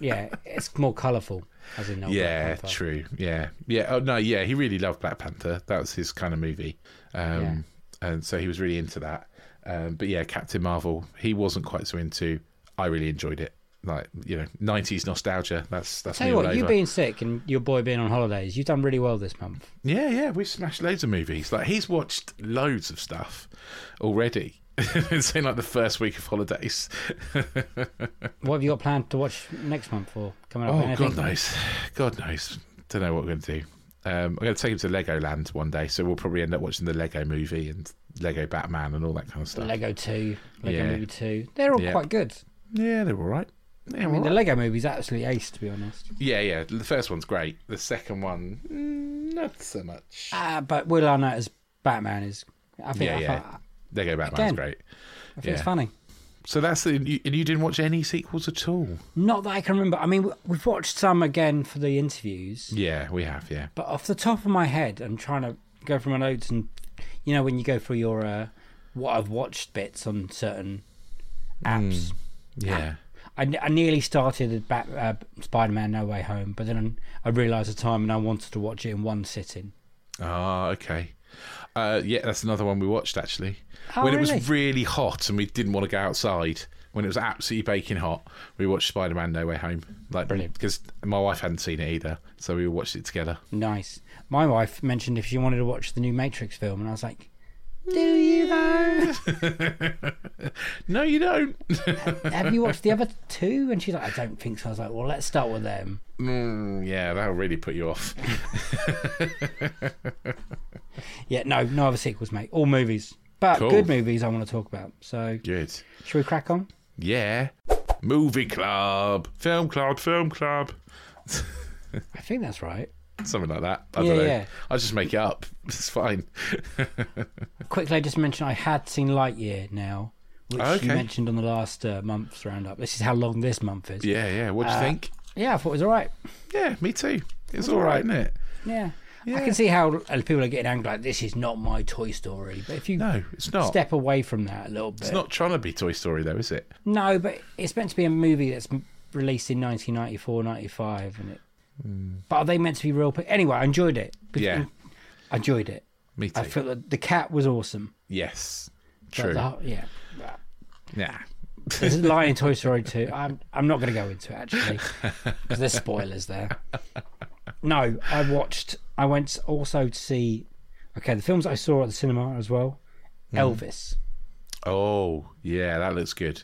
Speaker 2: yeah, it's more colourful as in old
Speaker 3: Yeah,
Speaker 2: Black Panther.
Speaker 3: true. Yeah, yeah. Oh no, yeah. He really loved Black Panther. That was his kind of movie, um, and so he was really into that. Um, but yeah, Captain Marvel, he wasn't quite so into. I really enjoyed it. Like you know, nineties nostalgia. That's that's
Speaker 2: Tell
Speaker 3: me
Speaker 2: you
Speaker 3: all
Speaker 2: what, you
Speaker 3: over.
Speaker 2: being sick and your boy being on holidays, you've done really well this month.
Speaker 3: Yeah, yeah. We've smashed loads of movies. Like he's watched loads of stuff already. (laughs) it's in like the first week of holidays. (laughs)
Speaker 2: What have you got planned to watch next month or coming up? with
Speaker 3: Oh,
Speaker 2: anything?
Speaker 3: God knows. God knows. Don't know what we're going to do. Um, I'm going to take him to Legoland one day, so we'll probably end up watching the Lego movie and Lego Batman and all that kind of stuff.
Speaker 2: Lego Two, Lego
Speaker 3: Yeah.
Speaker 2: Movie Two, they're all
Speaker 3: Yeah.
Speaker 2: quite good.
Speaker 3: yeah, they're all right. They're
Speaker 2: I
Speaker 3: all
Speaker 2: mean, the
Speaker 3: right.
Speaker 2: Lego movie's absolutely ace, to be honest.
Speaker 3: Yeah, yeah. The first one's great. The second one, mm, not so much.
Speaker 2: Uh, but Will Arnett as Batman is, I think,
Speaker 3: yeah,
Speaker 2: I,
Speaker 3: yeah. Lego Batman's
Speaker 2: Again.
Speaker 3: great.
Speaker 2: I think it's
Speaker 3: Yeah.
Speaker 2: funny.
Speaker 3: So that's the. You, and you didn't watch any sequels at all?
Speaker 2: Not that I can remember. I mean, we- we've watched some again for the interviews,
Speaker 3: Yeah, we have, yeah.
Speaker 2: but off the top of my head, I'm trying to go through my notes and, you know, when you go through your uh, what I've watched bits on certain
Speaker 3: Hmm.
Speaker 2: apps.
Speaker 3: Yeah.
Speaker 2: I, I nearly started at Bat, uh, Spider-Man: No Way Home, but then I realised the time and I wanted to watch it in one sitting.
Speaker 3: Ah, okay. Uh, yeah, that's another one we watched actually.
Speaker 2: Oh,
Speaker 3: when it was
Speaker 2: really?
Speaker 3: really hot and we didn't want to go outside, when it was absolutely baking hot, we watched Spider Man No Way Home. Like,
Speaker 2: Brilliant.
Speaker 3: Because my wife hadn't seen it either, so we watched it together.
Speaker 2: Nice. My wife mentioned if she wanted to watch the new Matrix film, and I was like, "Do you
Speaker 3: (laughs)
Speaker 2: though?
Speaker 3: No, you don't.
Speaker 2: Have you watched the other two? And she's like, "I don't think so." I was like, "Well, let's start with them."
Speaker 3: Mm, yeah, that'll really put you off. (laughs)
Speaker 2: Yeah, no, no other sequels, mate. All movies, but
Speaker 3: Cool.
Speaker 2: good movies I want to talk about. So,
Speaker 3: Good.
Speaker 2: should we crack on?
Speaker 3: Yeah. Movie club, film club, film club,
Speaker 2: I think that's right.
Speaker 3: something like that. I
Speaker 2: Yeah,
Speaker 3: don't know.
Speaker 2: yeah.
Speaker 3: I just make it up. It's fine.
Speaker 2: Quickly, I just mentioned I had seen Lightyear now, which
Speaker 3: Okay.
Speaker 2: you mentioned on the last uh, month's roundup. This is how long this month is.
Speaker 3: Yeah, yeah. What
Speaker 2: Uh,
Speaker 3: do you think?
Speaker 2: Yeah, I thought it was all right.
Speaker 3: Yeah, me too. It's all right, isn't it?
Speaker 2: Yeah. I can see how uh, people are getting angry like this is not my Toy Story, but if you
Speaker 3: No, it's not.
Speaker 2: step away from that a little bit,
Speaker 3: It's not trying to be Toy Story though, is it?
Speaker 2: (laughs) no, but it's meant to be a movie that's m- released in 1994, 95, and it. But are they meant to be real? pe- Anyway, I enjoyed it. But-
Speaker 3: Hmm. Yeah.
Speaker 2: I enjoyed it.
Speaker 3: (laughs) Me too.
Speaker 2: I felt that the cat was awesome.
Speaker 3: yes.
Speaker 2: But
Speaker 3: True.
Speaker 2: the whole- yeah.
Speaker 3: Nah.
Speaker 2: There's a line in Toy Story 2. I'm I'm not going to go into it actually because there's spoilers there. No, I watched. I went also to see. Okay, the films I saw at the cinema as well.
Speaker 3: Mm.
Speaker 2: Elvis,
Speaker 3: Oh, yeah, that looks good.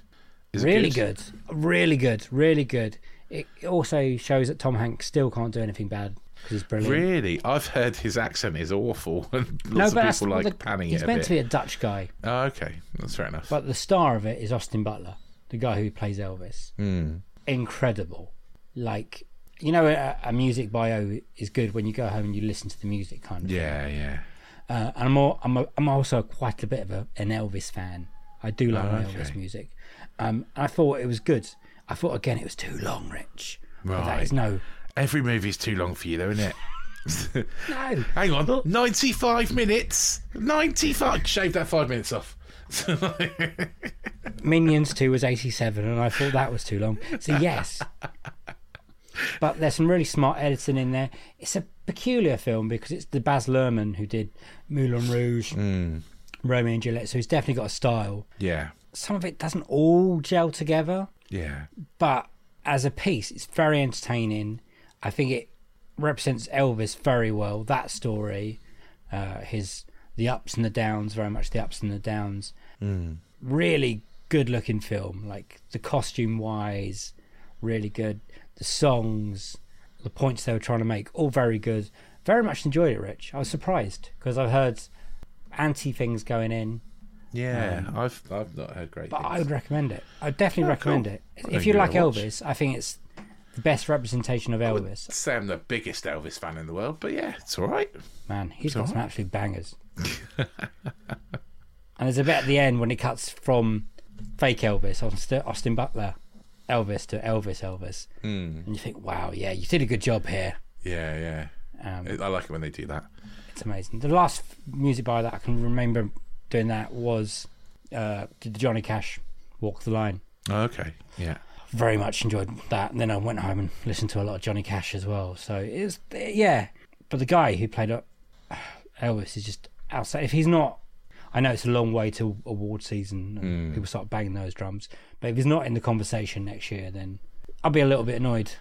Speaker 3: Is it
Speaker 2: really good? really good, really good. It it also shows that Tom Hanks still can't do anything bad because he's brilliant.
Speaker 3: Really? I've heard his accent is awful (laughs) and
Speaker 2: No,
Speaker 3: lots
Speaker 2: but
Speaker 3: of
Speaker 2: that's
Speaker 3: people
Speaker 2: what
Speaker 3: like
Speaker 2: the-
Speaker 3: panning
Speaker 2: He's
Speaker 3: it a
Speaker 2: meant
Speaker 3: bit.
Speaker 2: to be a Dutch guy,
Speaker 3: Oh, okay. That's fair enough.
Speaker 2: but the star of it is Austin Butler, the guy who plays Elvis.
Speaker 3: Hmm.
Speaker 2: Incredible, like. You know, a, a music bio is good when you go home and you listen to the music, kind of.
Speaker 3: yeah, yeah.
Speaker 2: Uh, and I'm all, I'm, a, I'm also quite a bit of a, an Elvis fan. I do like
Speaker 3: Oh,
Speaker 2: my Elvis music. Um, I thought it was good. I thought again it was too long, Rich. But That
Speaker 3: Right.
Speaker 2: is no,
Speaker 3: Every movie's too long for you though, isn't it? (laughs)
Speaker 2: no.
Speaker 3: Hang on. Ninety five minutes. Ninety five shave that five
Speaker 2: (laughs)
Speaker 3: minutes off. (laughs)
Speaker 2: Minions Two was 87, and I thought that was too long. So yes, but there's some really smart editing in there. It's a peculiar film because it's the Baz Luhrmann who did Moulin Rouge, Romeo and Juliet, so he's definitely got a style.
Speaker 3: yeah.
Speaker 2: Some of it doesn't all gel together.
Speaker 3: Yeah.
Speaker 2: but as a piece, it's very entertaining. I think it represents Elvis very well. That story, uh, his the ups and the downs, very much the ups and the downs. Really good looking film. Like the costume wise, really good. The songs, the points they were trying to make, all very good. Very much enjoyed it, Rich. I was surprised because I've heard anti things going in,
Speaker 3: Yeah. I've I've not heard great
Speaker 2: Um, but
Speaker 3: things.
Speaker 2: I would recommend it. I'd definitely recommend
Speaker 3: Oh, cool.
Speaker 2: it.
Speaker 3: I'll
Speaker 2: If
Speaker 3: give
Speaker 2: you
Speaker 3: it a
Speaker 2: like
Speaker 3: watch.
Speaker 2: Elvis, I think it's the best representation of Elvis.
Speaker 3: say I'm the biggest Elvis fan in the world, but yeah, it's all right.
Speaker 2: Man, he's got some absolute
Speaker 3: (laughs)
Speaker 2: bangers. and there's a bit at the end when it cuts from fake Elvis, Austin, Austin Butler, Elvis to Elvis Elvis,
Speaker 3: Hmm.
Speaker 2: mm. and you think, wow, yeah, you did a good job here.
Speaker 3: Yeah, yeah. Um, I like it when they do that.
Speaker 2: It's amazing. The last music bar that I can remember doing that was uh, the Johnny Cash Walk the Line.
Speaker 3: Oh, okay. Yeah.
Speaker 2: Very much enjoyed that, and then I went home and listened to a lot of Johnny Cash as well. So it's yeah, but the guy who played uh, Elvis is just outside. If he's not, I know it's a long way to award season
Speaker 3: Hmm.
Speaker 2: and people start banging those drums. But if he's not in the conversation next year, then I'll be a little bit annoyed.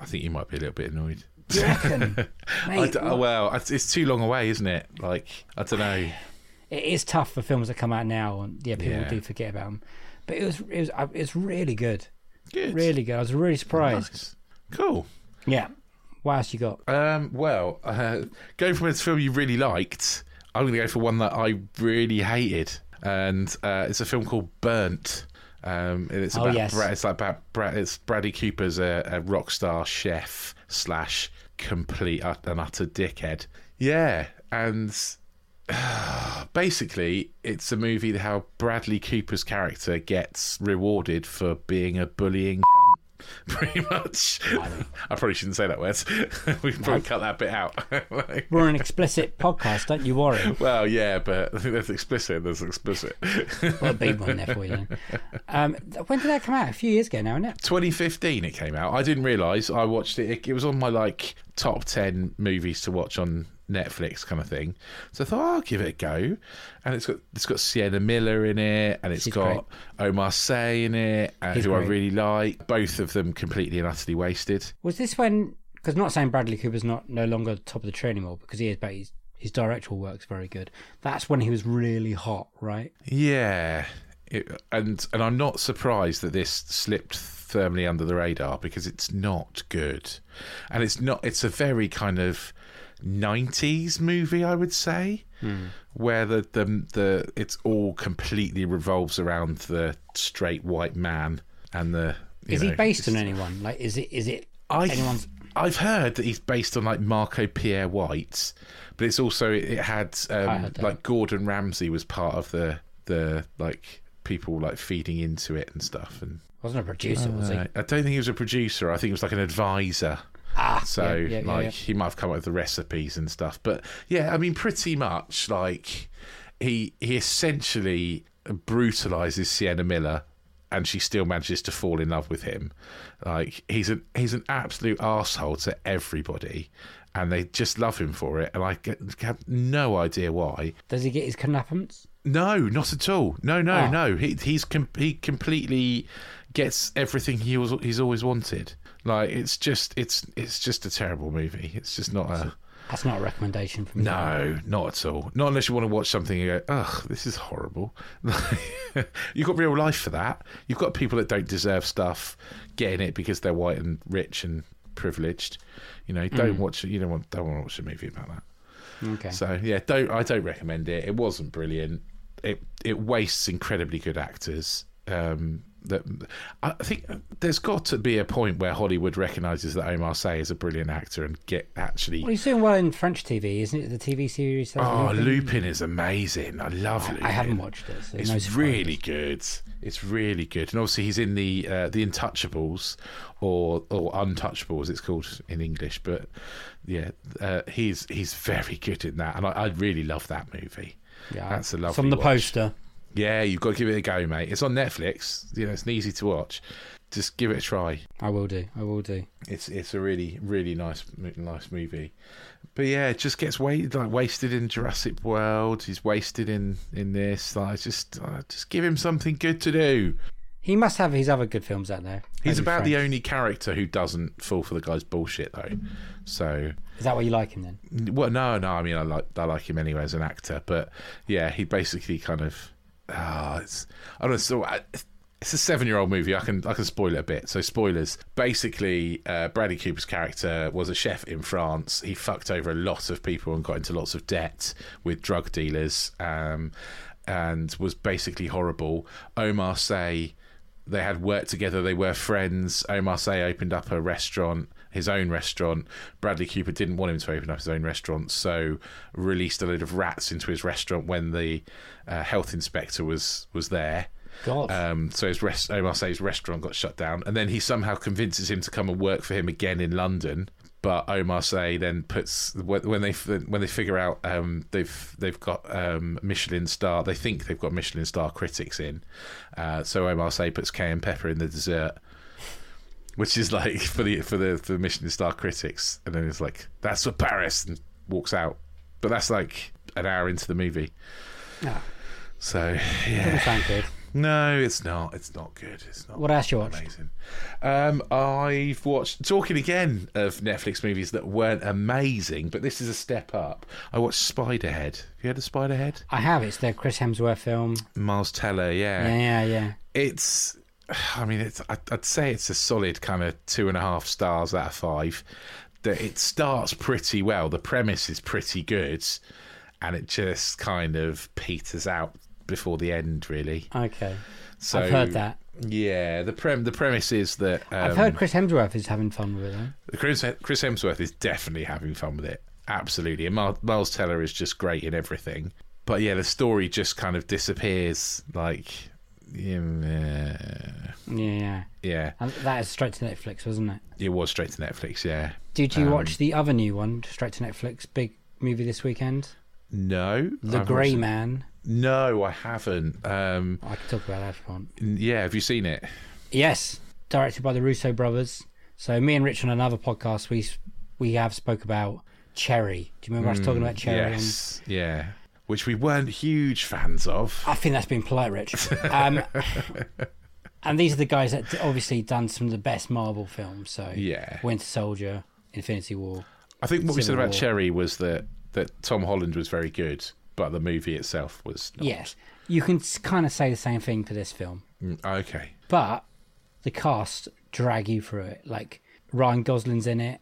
Speaker 3: I think you might be a little bit annoyed.
Speaker 2: Do you
Speaker 3: (laughs)
Speaker 2: reckon?
Speaker 3: I
Speaker 2: Mate,
Speaker 3: d- oh, well, it's it's too long away, isn't it? Like I
Speaker 2: (sighs)
Speaker 3: don't know.
Speaker 2: it is tough for films that come out now, and yeah, people
Speaker 3: Yeah.
Speaker 2: do forget about them. But it was it was uh, it's really good,
Speaker 3: Good.
Speaker 2: really good. I was really surprised.
Speaker 3: Nice. Cool.
Speaker 2: Yeah. What else you got?
Speaker 3: Um, well, uh, going from a film you really liked, I'm going to go for one that I really hated, and uh, it's a film called Burnt. Um, and it's
Speaker 2: Oh,
Speaker 3: about
Speaker 2: yes.
Speaker 3: Brad, it's like about Brad, it's Bradley Cooper's a, a rock star chef slash complete ut- and utter dickhead. Yeah, and (sighs) basically it's a movie that how Bradley Cooper's character gets rewarded for being a bullying. cunt, Pretty much. I probably shouldn't say that word. (laughs) we can probably cut that bit out. (laughs) Like,
Speaker 2: We're an explicit podcast, don't you worry.
Speaker 3: well, yeah, but (laughs) I think that's explicit. That's explicit.
Speaker 2: Well, a big one there for you. Then. Um, th- when did that come out? A few years ago now, isn't it?
Speaker 3: 2015 it came out. I didn't realise. I watched it. it. It was on my like top 10 movies to watch on Netflix kind of thing. So I thought "Oh, I'll give it a go. And it's got it's got Sienna Miller in it, and it's
Speaker 2: She's
Speaker 3: got Omar Say in it, uh,
Speaker 2: He's
Speaker 3: who I
Speaker 2: great.
Speaker 3: really like. Both of them completely and utterly wasted.
Speaker 2: Was this when? Because not saying Bradley Cooper's not no longer top of the tree anymore because he is, but he's, his directorial work's very good. That's when he was really hot, right?
Speaker 3: Yeah, it, and and I'm not surprised that this slipped firmly under the radar because it's not good, and it's not. It's a very kind of '90s movie, I would say, where the the the it's all completely revolves around the straight white man and the. you
Speaker 2: Is he
Speaker 3: know,
Speaker 2: based on
Speaker 3: it's-
Speaker 2: anyone? Like, is it is it
Speaker 3: I
Speaker 2: anyone's?
Speaker 3: I've heard that he's based on like Marco Pierre White, but it's also it, it had
Speaker 2: I
Speaker 3: um,
Speaker 2: heard that.
Speaker 3: like Gordon Ramsay was part of the the like people like feeding into it and stuff. And
Speaker 2: Wasn't a producer, was he?
Speaker 3: uh, I don't think he was a producer. I think he was like an advisor.
Speaker 2: Ah, yeah,
Speaker 3: So
Speaker 2: yeah, yeah,
Speaker 3: like
Speaker 2: yeah.
Speaker 3: he might have come up with the recipes and stuff. But yeah, I mean, pretty much like he he essentially brutalizes Sienna Miller. And she still manages to fall in love with him. Like he's an he's an absolute asshole to everybody, and they just love him for it. And I get, have no idea why.
Speaker 2: Does he get his kidnappings?
Speaker 3: No, not at all. No, no,
Speaker 2: Ah.
Speaker 3: no. He he's com- he completely gets everything he was he's always wanted. Like it's just it's it's just a terrible movie. It's just not a
Speaker 2: That's not a recommendation from
Speaker 3: no, not at all. Not unless you want to watch something and go, ugh, this is horrible. (laughs) You've got real life for that. You've got people that don't deserve stuff getting it because they're white and rich and privileged. You know, don't watch you don't want don't want to watch a movie about that.
Speaker 2: Okay.
Speaker 3: So yeah, don't I don't recommend it. It wasn't brilliant. It it wastes incredibly good actors. Um, that I think there's got to be a point where Hollywood recognises that Omar Say is a brilliant actor and get actually.
Speaker 2: Well, he's doing well in French TV, isn't it? The TV series. that-
Speaker 3: Oh, Lupin is amazing. I love Lupin.
Speaker 2: I haven't watched it. So
Speaker 3: It's
Speaker 2: no surprise.
Speaker 3: really good. It's really good, and obviously he's in the uh, the Intouchables or or Untouchables. It's called in English, but yeah, uh, he's he's very good in that, and I, I really love that movie.
Speaker 2: Yeah,
Speaker 3: that's a lovely.
Speaker 2: From the
Speaker 3: watch.
Speaker 2: poster.
Speaker 3: Yeah, you've got to give it a go, mate. It's on Netflix. You know, it's easy to watch. Just give it a try.
Speaker 2: I will do. I will do.
Speaker 3: It's it's a really really nice mo- nice movie, but yeah, it just gets wasted like wasted in Jurassic World. He's wasted in in this. Like just uh, just give him something good to do.
Speaker 2: He must have his other good films out there.
Speaker 3: He's
Speaker 2: Maybe
Speaker 3: about the
Speaker 2: French.
Speaker 3: only character who doesn't fall for the guy's bullshit though. So
Speaker 2: Is that why you like him then?
Speaker 3: well, no, no. I mean, I like I like him anyway as an actor, but yeah, he basically kind of ah, it's I don't know. So I, it's a seven-year-old movie. I can I can spoil it a bit. So spoilers. Basically, uh, Bradley Cooper's character was a chef in France. He fucked over a lot of people and got into lots of debt with drug dealers, um, and was basically horrible. Omar Say they had worked together. They were friends. Omar Say opened up a restaurant, his own restaurant. Bradley Cooper didn't want him to open up his own restaurant, so released a load of rats into his restaurant when the uh, health inspector was was there.
Speaker 2: God.
Speaker 3: Um, so his rest, Omar Say's restaurant got shut down, and then he somehow convinces him to come and work for him again in London. But Omar Say then puts when when they when they figure out um, they've they've got um, Michelin star, they think they've got Michelin star critics in. Uh, so Omar Say puts cayenne pepper in the dessert. Which is like (laughs) for the for the for the Michelin star critics, and then it's like that's for Paris, and walks out. But that's like an hour into the movie, (laughs)
Speaker 2: Ah,
Speaker 3: so (laughs) yeah.
Speaker 2: doesn't sound good.
Speaker 3: No, it's not. It's not good. It's not.
Speaker 2: What else you watched?
Speaker 3: Amazing. Um, I've watched. Talking again of Netflix movies that weren't amazing, but this is a step up. I watched Spiderhead. Have you heard of Spiderhead?
Speaker 2: I have. It's the Chris Hemsworth film.
Speaker 3: Miles Teller. Yeah.
Speaker 2: Yeah, yeah, yeah.
Speaker 3: It's. I mean, it's. I'd, I'd say it's a solid kind of two and a half stars out of five. That it starts pretty well. The premise is pretty good, and it just kind of peters out before the end, really.
Speaker 2: Okay.
Speaker 3: So
Speaker 2: I've heard that.
Speaker 3: Yeah, the prem the premise is that um,
Speaker 2: I've heard Chris Hemsworth is having fun with it. Though.
Speaker 3: Chris Chris Hemsworth is definitely having fun with it. Absolutely, and Miles, Miles Teller is just great in everything. But yeah, the story just kind of disappears. Like, yeah,
Speaker 2: Yeah, yeah.
Speaker 3: yeah.
Speaker 2: And that is straight to Netflix, wasn't it?
Speaker 3: it was straight to Netflix. Yeah,
Speaker 2: Did
Speaker 3: Um,
Speaker 2: you watch the other new one, straight to Netflix, big movie this weekend?
Speaker 3: no,
Speaker 2: The
Speaker 3: I've
Speaker 2: Grey
Speaker 3: watched-
Speaker 2: Man.
Speaker 3: No, I haven't. Um,
Speaker 2: I can talk about that if you want.
Speaker 3: yeah, have you seen it?
Speaker 2: Yes, directed by the Russo brothers. So me and Rich on another podcast, we we have spoke about Cherry. Do you remember us talking about Cherry? on-
Speaker 3: Mm, Yes, yeah. Which we weren't huge fans of.
Speaker 2: I think that's been polite,
Speaker 3: (laughs)
Speaker 2: Rich. Um, and these are the guys that d- obviously done some of the best Marvel films. So
Speaker 3: Yeah.
Speaker 2: Winter Soldier, Infinity War.
Speaker 3: I think what we said
Speaker 2: Civil
Speaker 3: about
Speaker 2: War.
Speaker 3: Cherry was that that Tom Holland was very good, but the movie itself was not.
Speaker 2: Yes, you can kind of say the same thing for this film.
Speaker 3: Mm, Okay.
Speaker 2: but the cast drag you through it. Like Ryan Gosling's in it,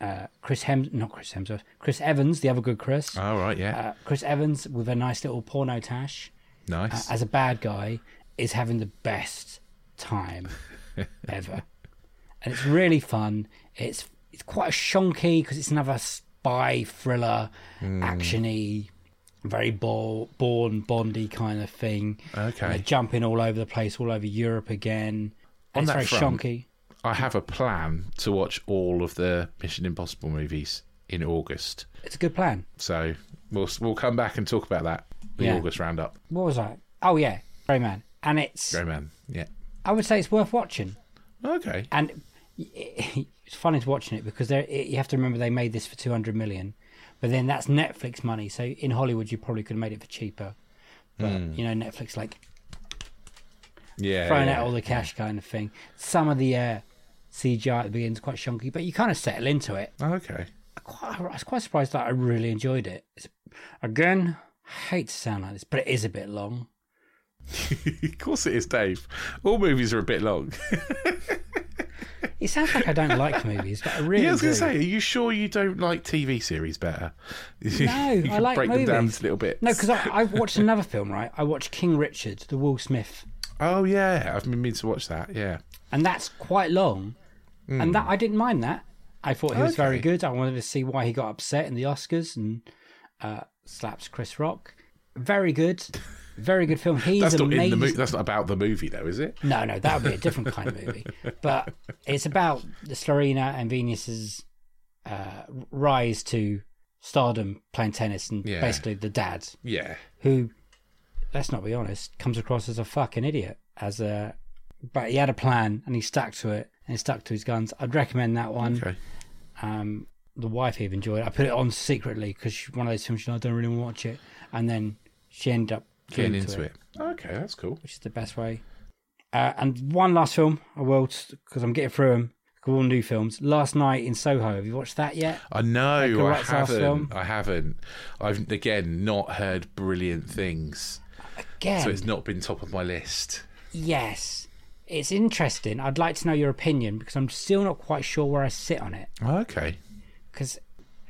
Speaker 2: uh, Chris Hems, not Chris Hemsworth, Chris Evans, the other good Chris,
Speaker 3: All right. Yeah.
Speaker 2: uh, Chris Evans with a nice little porno tash uh,
Speaker 3: nice.
Speaker 2: as a bad guy is having the best
Speaker 3: (laughs)
Speaker 2: time ever, and it's really fun. It's it's quite a shonky because it's another spy thriller,
Speaker 3: Hmm.
Speaker 2: actiony, very bo- born Bondy kind of thing.
Speaker 3: Okay.
Speaker 2: They're jumping all over the place, all over Europe again.
Speaker 3: On
Speaker 2: And it's
Speaker 3: that
Speaker 2: very
Speaker 3: front-
Speaker 2: shonky.
Speaker 3: I have a plan to watch all of the Mission Impossible movies in August,
Speaker 2: It's a good plan.
Speaker 3: so we'll we'll come back and talk about that. The
Speaker 2: Yeah.
Speaker 3: August roundup.
Speaker 2: What was that? Oh yeah, Grey Man, and it's
Speaker 3: Grey Man. Yeah.
Speaker 2: I would say it's worth watching.
Speaker 3: Okay.
Speaker 2: and it's funny to watching it because they're- you have to remember they made this for 200 million but then that's netflix money so in hollywood you probably could have made it for cheaper but you know netflix like
Speaker 3: Hmm. Yeah.
Speaker 2: throwing
Speaker 3: yeah.
Speaker 2: out all the cash kind of thing some of the uh, cgi at the beginning is quite shonky but you kind of settle into it
Speaker 3: Okay. (laughs)
Speaker 2: I quite, i was quite surprised that i really enjoyed it it's, again I hate to sound like this but it is a bit long
Speaker 3: of course it is, Dave. All movies are a bit long.
Speaker 2: it sounds like i don't like
Speaker 3: (laughs)
Speaker 2: movies but i really
Speaker 3: Yeah, I was going
Speaker 2: do.
Speaker 3: to say, are you sure you don't like TV series better? (laughs) No,
Speaker 2: No, I like
Speaker 3: break
Speaker 2: movies.
Speaker 3: them down into little bits.
Speaker 2: No, because I've watched another film, right? I watched King Richard, the Will Smith,
Speaker 3: oh yeah, I've been meaning to watch that. Yeah,
Speaker 2: and that's quite long. And that I didn't mind that. I thought he was very
Speaker 3: Hmm. Okay.
Speaker 2: good. I wanted to see why he got upset in the Oscars and uh, slaps Chris Rock. Very good, very good film. He's
Speaker 3: that's not in the
Speaker 2: amazing.
Speaker 3: movie. That's not about the movie though, is it?
Speaker 2: No, no, that would be a different kind of movie. But it's about the Slorina and Venus's uh, rise to stardom playing tennis and
Speaker 3: Yeah.
Speaker 2: basically the dad
Speaker 3: Yeah,
Speaker 2: who, let's not be honest, comes across as a fucking idiot. As a, but he had a plan and he stuck to it and he stuck to his guns. I'd recommend that one.
Speaker 3: okay.
Speaker 2: Um, the wife even enjoyed it. I put it on secretly because one of those films she said, I don't really want to watch it, and then she ended up
Speaker 3: Getting
Speaker 2: into
Speaker 3: into it. Okay, that's cool.
Speaker 2: which is the best way. Uh, and one last film I will because I'm getting through them. All new films. Last night in Soho. Have you watched that yet?
Speaker 3: I know. I
Speaker 2: Wright's last film.
Speaker 3: haven't. I haven't. I've again not heard brilliant things,
Speaker 2: Again,
Speaker 3: so it's not been top of my list.
Speaker 2: yes. It's interesting. I'd like to know your opinion because I'm still not quite sure where I sit on it.
Speaker 3: Oh, Okay.
Speaker 2: because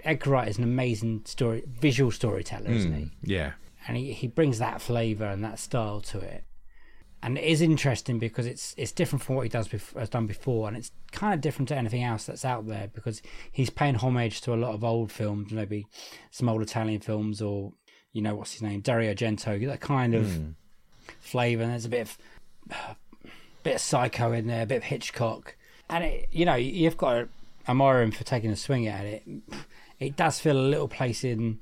Speaker 2: Edgar Wright is an amazing story, visual storyteller, isn't he?
Speaker 3: Yeah.
Speaker 2: And he, he brings that flavour and that style to it. And it is interesting because it's it's different from what he does bef- has done before, and it's kind of different to anything else that's out there because he's paying homage to a lot of old films, maybe some old Italian films, or you know what's his name, Dario Argento, that kind of (sighs) flavour. And there's a bit of bit of Psycho in there, a bit of Hitchcock, and it, you know you've got to admire him for taking a swing at it. It does feel a little place in.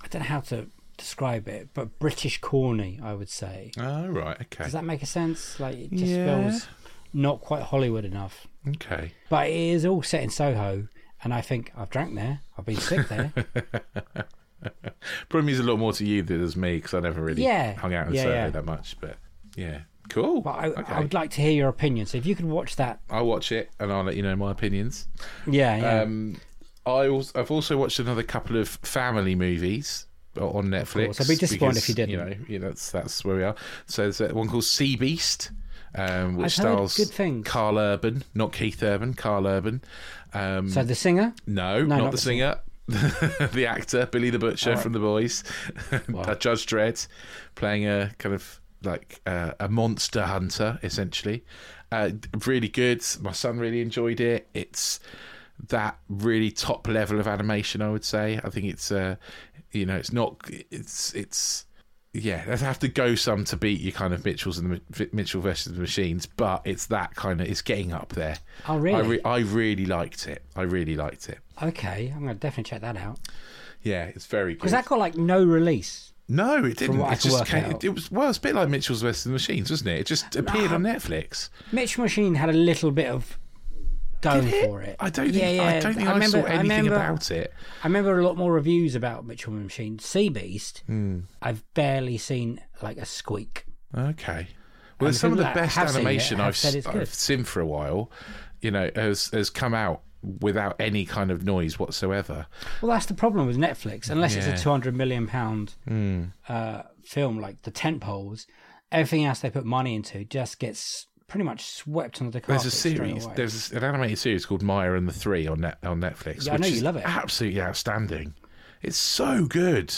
Speaker 2: I don't know how to describe it, but British corny, I would say.
Speaker 3: Oh right, okay,
Speaker 2: Does that make a sense? Like it just
Speaker 3: Yeah.
Speaker 2: feels not quite Hollywood enough.
Speaker 3: okay.
Speaker 2: But it is all set in Soho, and I think I've drank there, I've been sick
Speaker 3: (laughs)
Speaker 2: there.
Speaker 3: Probably means a lot more to you than it does me because I never really
Speaker 2: Yeah.
Speaker 3: hung out in
Speaker 2: Yeah,
Speaker 3: Soho
Speaker 2: yeah.
Speaker 3: that much. But yeah, cool.
Speaker 2: but I,
Speaker 3: okay.
Speaker 2: I would like to hear your opinion. So if you could watch that,
Speaker 3: I'll watch it and I'll let you know my opinions.
Speaker 2: yeah, yeah.
Speaker 3: Um, I also, I've also watched another couple of family movies uh, on Netflix.
Speaker 2: course. I'd be disappointed
Speaker 3: because,
Speaker 2: if you didn't.
Speaker 3: You know, you know, that's that's where we are. So there's that one called Sea Beast, um, which
Speaker 2: I've heard
Speaker 3: stars
Speaker 2: good things.
Speaker 3: Carl Urban, not Keith Urban, Carl Urban. Um,
Speaker 2: so the singer,
Speaker 3: no,
Speaker 2: No,
Speaker 3: not,
Speaker 2: not
Speaker 3: the
Speaker 2: the
Speaker 3: singer. (laughs) the actor Billy the Butcher from The Boys, (laughs) Uh, Judge Dredd, playing a kind of like uh, a monster hunter essentially. Uh, really good. My son really enjoyed it. It's that really top level of animation. I would say. I think it's uh, you know, it's not. It's it's yeah, they'd have to go some to beat your kind of Mitchells and the Ma- Mitchell versus the Machines, but it's that kind of. It's getting up there.
Speaker 2: Oh, really?
Speaker 3: I, re- I really liked it. I really liked it.
Speaker 2: okay, I'm going to definitely check that out
Speaker 3: Yeah, it's very good.
Speaker 2: because that got like no release.
Speaker 3: no, it didn't.
Speaker 2: what I
Speaker 3: It
Speaker 2: can
Speaker 3: just
Speaker 2: work
Speaker 3: came.
Speaker 2: out.
Speaker 3: It, was well, it's a bit like Mitchell's versus the Machines, wasn't it? It just appeared on Netflix.
Speaker 2: Mitch Machine had a little bit of going
Speaker 3: Did it?
Speaker 2: for it.
Speaker 3: I don't think. I don't think I, saw anything about it.
Speaker 2: I remember a lot more reviews about Mitchell Machine. Sea Beast,
Speaker 3: Hmm.
Speaker 2: I've barely seen like a squeak.
Speaker 3: Okay.
Speaker 2: And
Speaker 3: Well, it's some of
Speaker 2: people that
Speaker 3: the best
Speaker 2: have seen it
Speaker 3: animation
Speaker 2: have
Speaker 3: I've,
Speaker 2: said it's good.
Speaker 3: I've seen for a while. You know, has has come out without any kind of noise whatsoever.
Speaker 2: Well, that's the problem with Netflix. Unless
Speaker 3: Yeah. Hmm.
Speaker 2: it's a two hundred million pound uh, film, like the tent poles, everything else they put money into just gets pretty much swept under the carpet.
Speaker 3: There's a
Speaker 2: straight
Speaker 3: series.
Speaker 2: away.
Speaker 3: There's an animated series called Maya and the Three on net, on Netflix.
Speaker 2: Yeah, I
Speaker 3: which
Speaker 2: know you
Speaker 3: is
Speaker 2: love it.
Speaker 3: Absolutely outstanding. It's so good,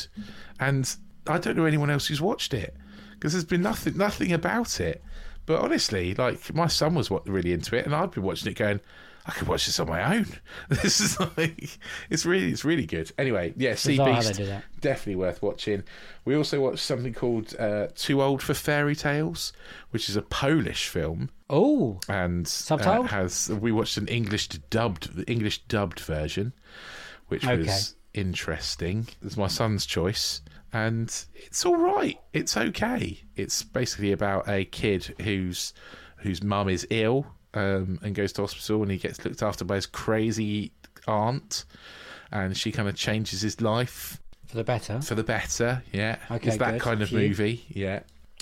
Speaker 3: and I don't know anyone else who's watched it because there's been nothing nothing about it. But honestly, like my son was what, really into it, and I've been watching it going. I could watch this on my own. (laughs) This is like it's really it's really good. Anyway, yeah, Sea
Speaker 2: bizarre how they
Speaker 3: Beast
Speaker 2: do that.
Speaker 3: definitely worth watching. We also watched something called uh, Too Old for Fairy Tales, which is a Polish film
Speaker 2: oh,
Speaker 3: and uh,
Speaker 2: Subtitled?
Speaker 3: has we watched an English dubbed the English dubbed version, which
Speaker 2: Okay.
Speaker 3: was interesting. It's my son's choice, and it's all right. It's okay. It's basically about a kid whose whose mum is ill um, and goes to hospital, and he gets looked after by his crazy aunt, and she kind of changes his life
Speaker 2: for the better.
Speaker 3: for the better. Yeah,
Speaker 2: Okay,
Speaker 3: it's that
Speaker 2: good.
Speaker 3: kind of
Speaker 2: Cute.
Speaker 3: movie. Yeah,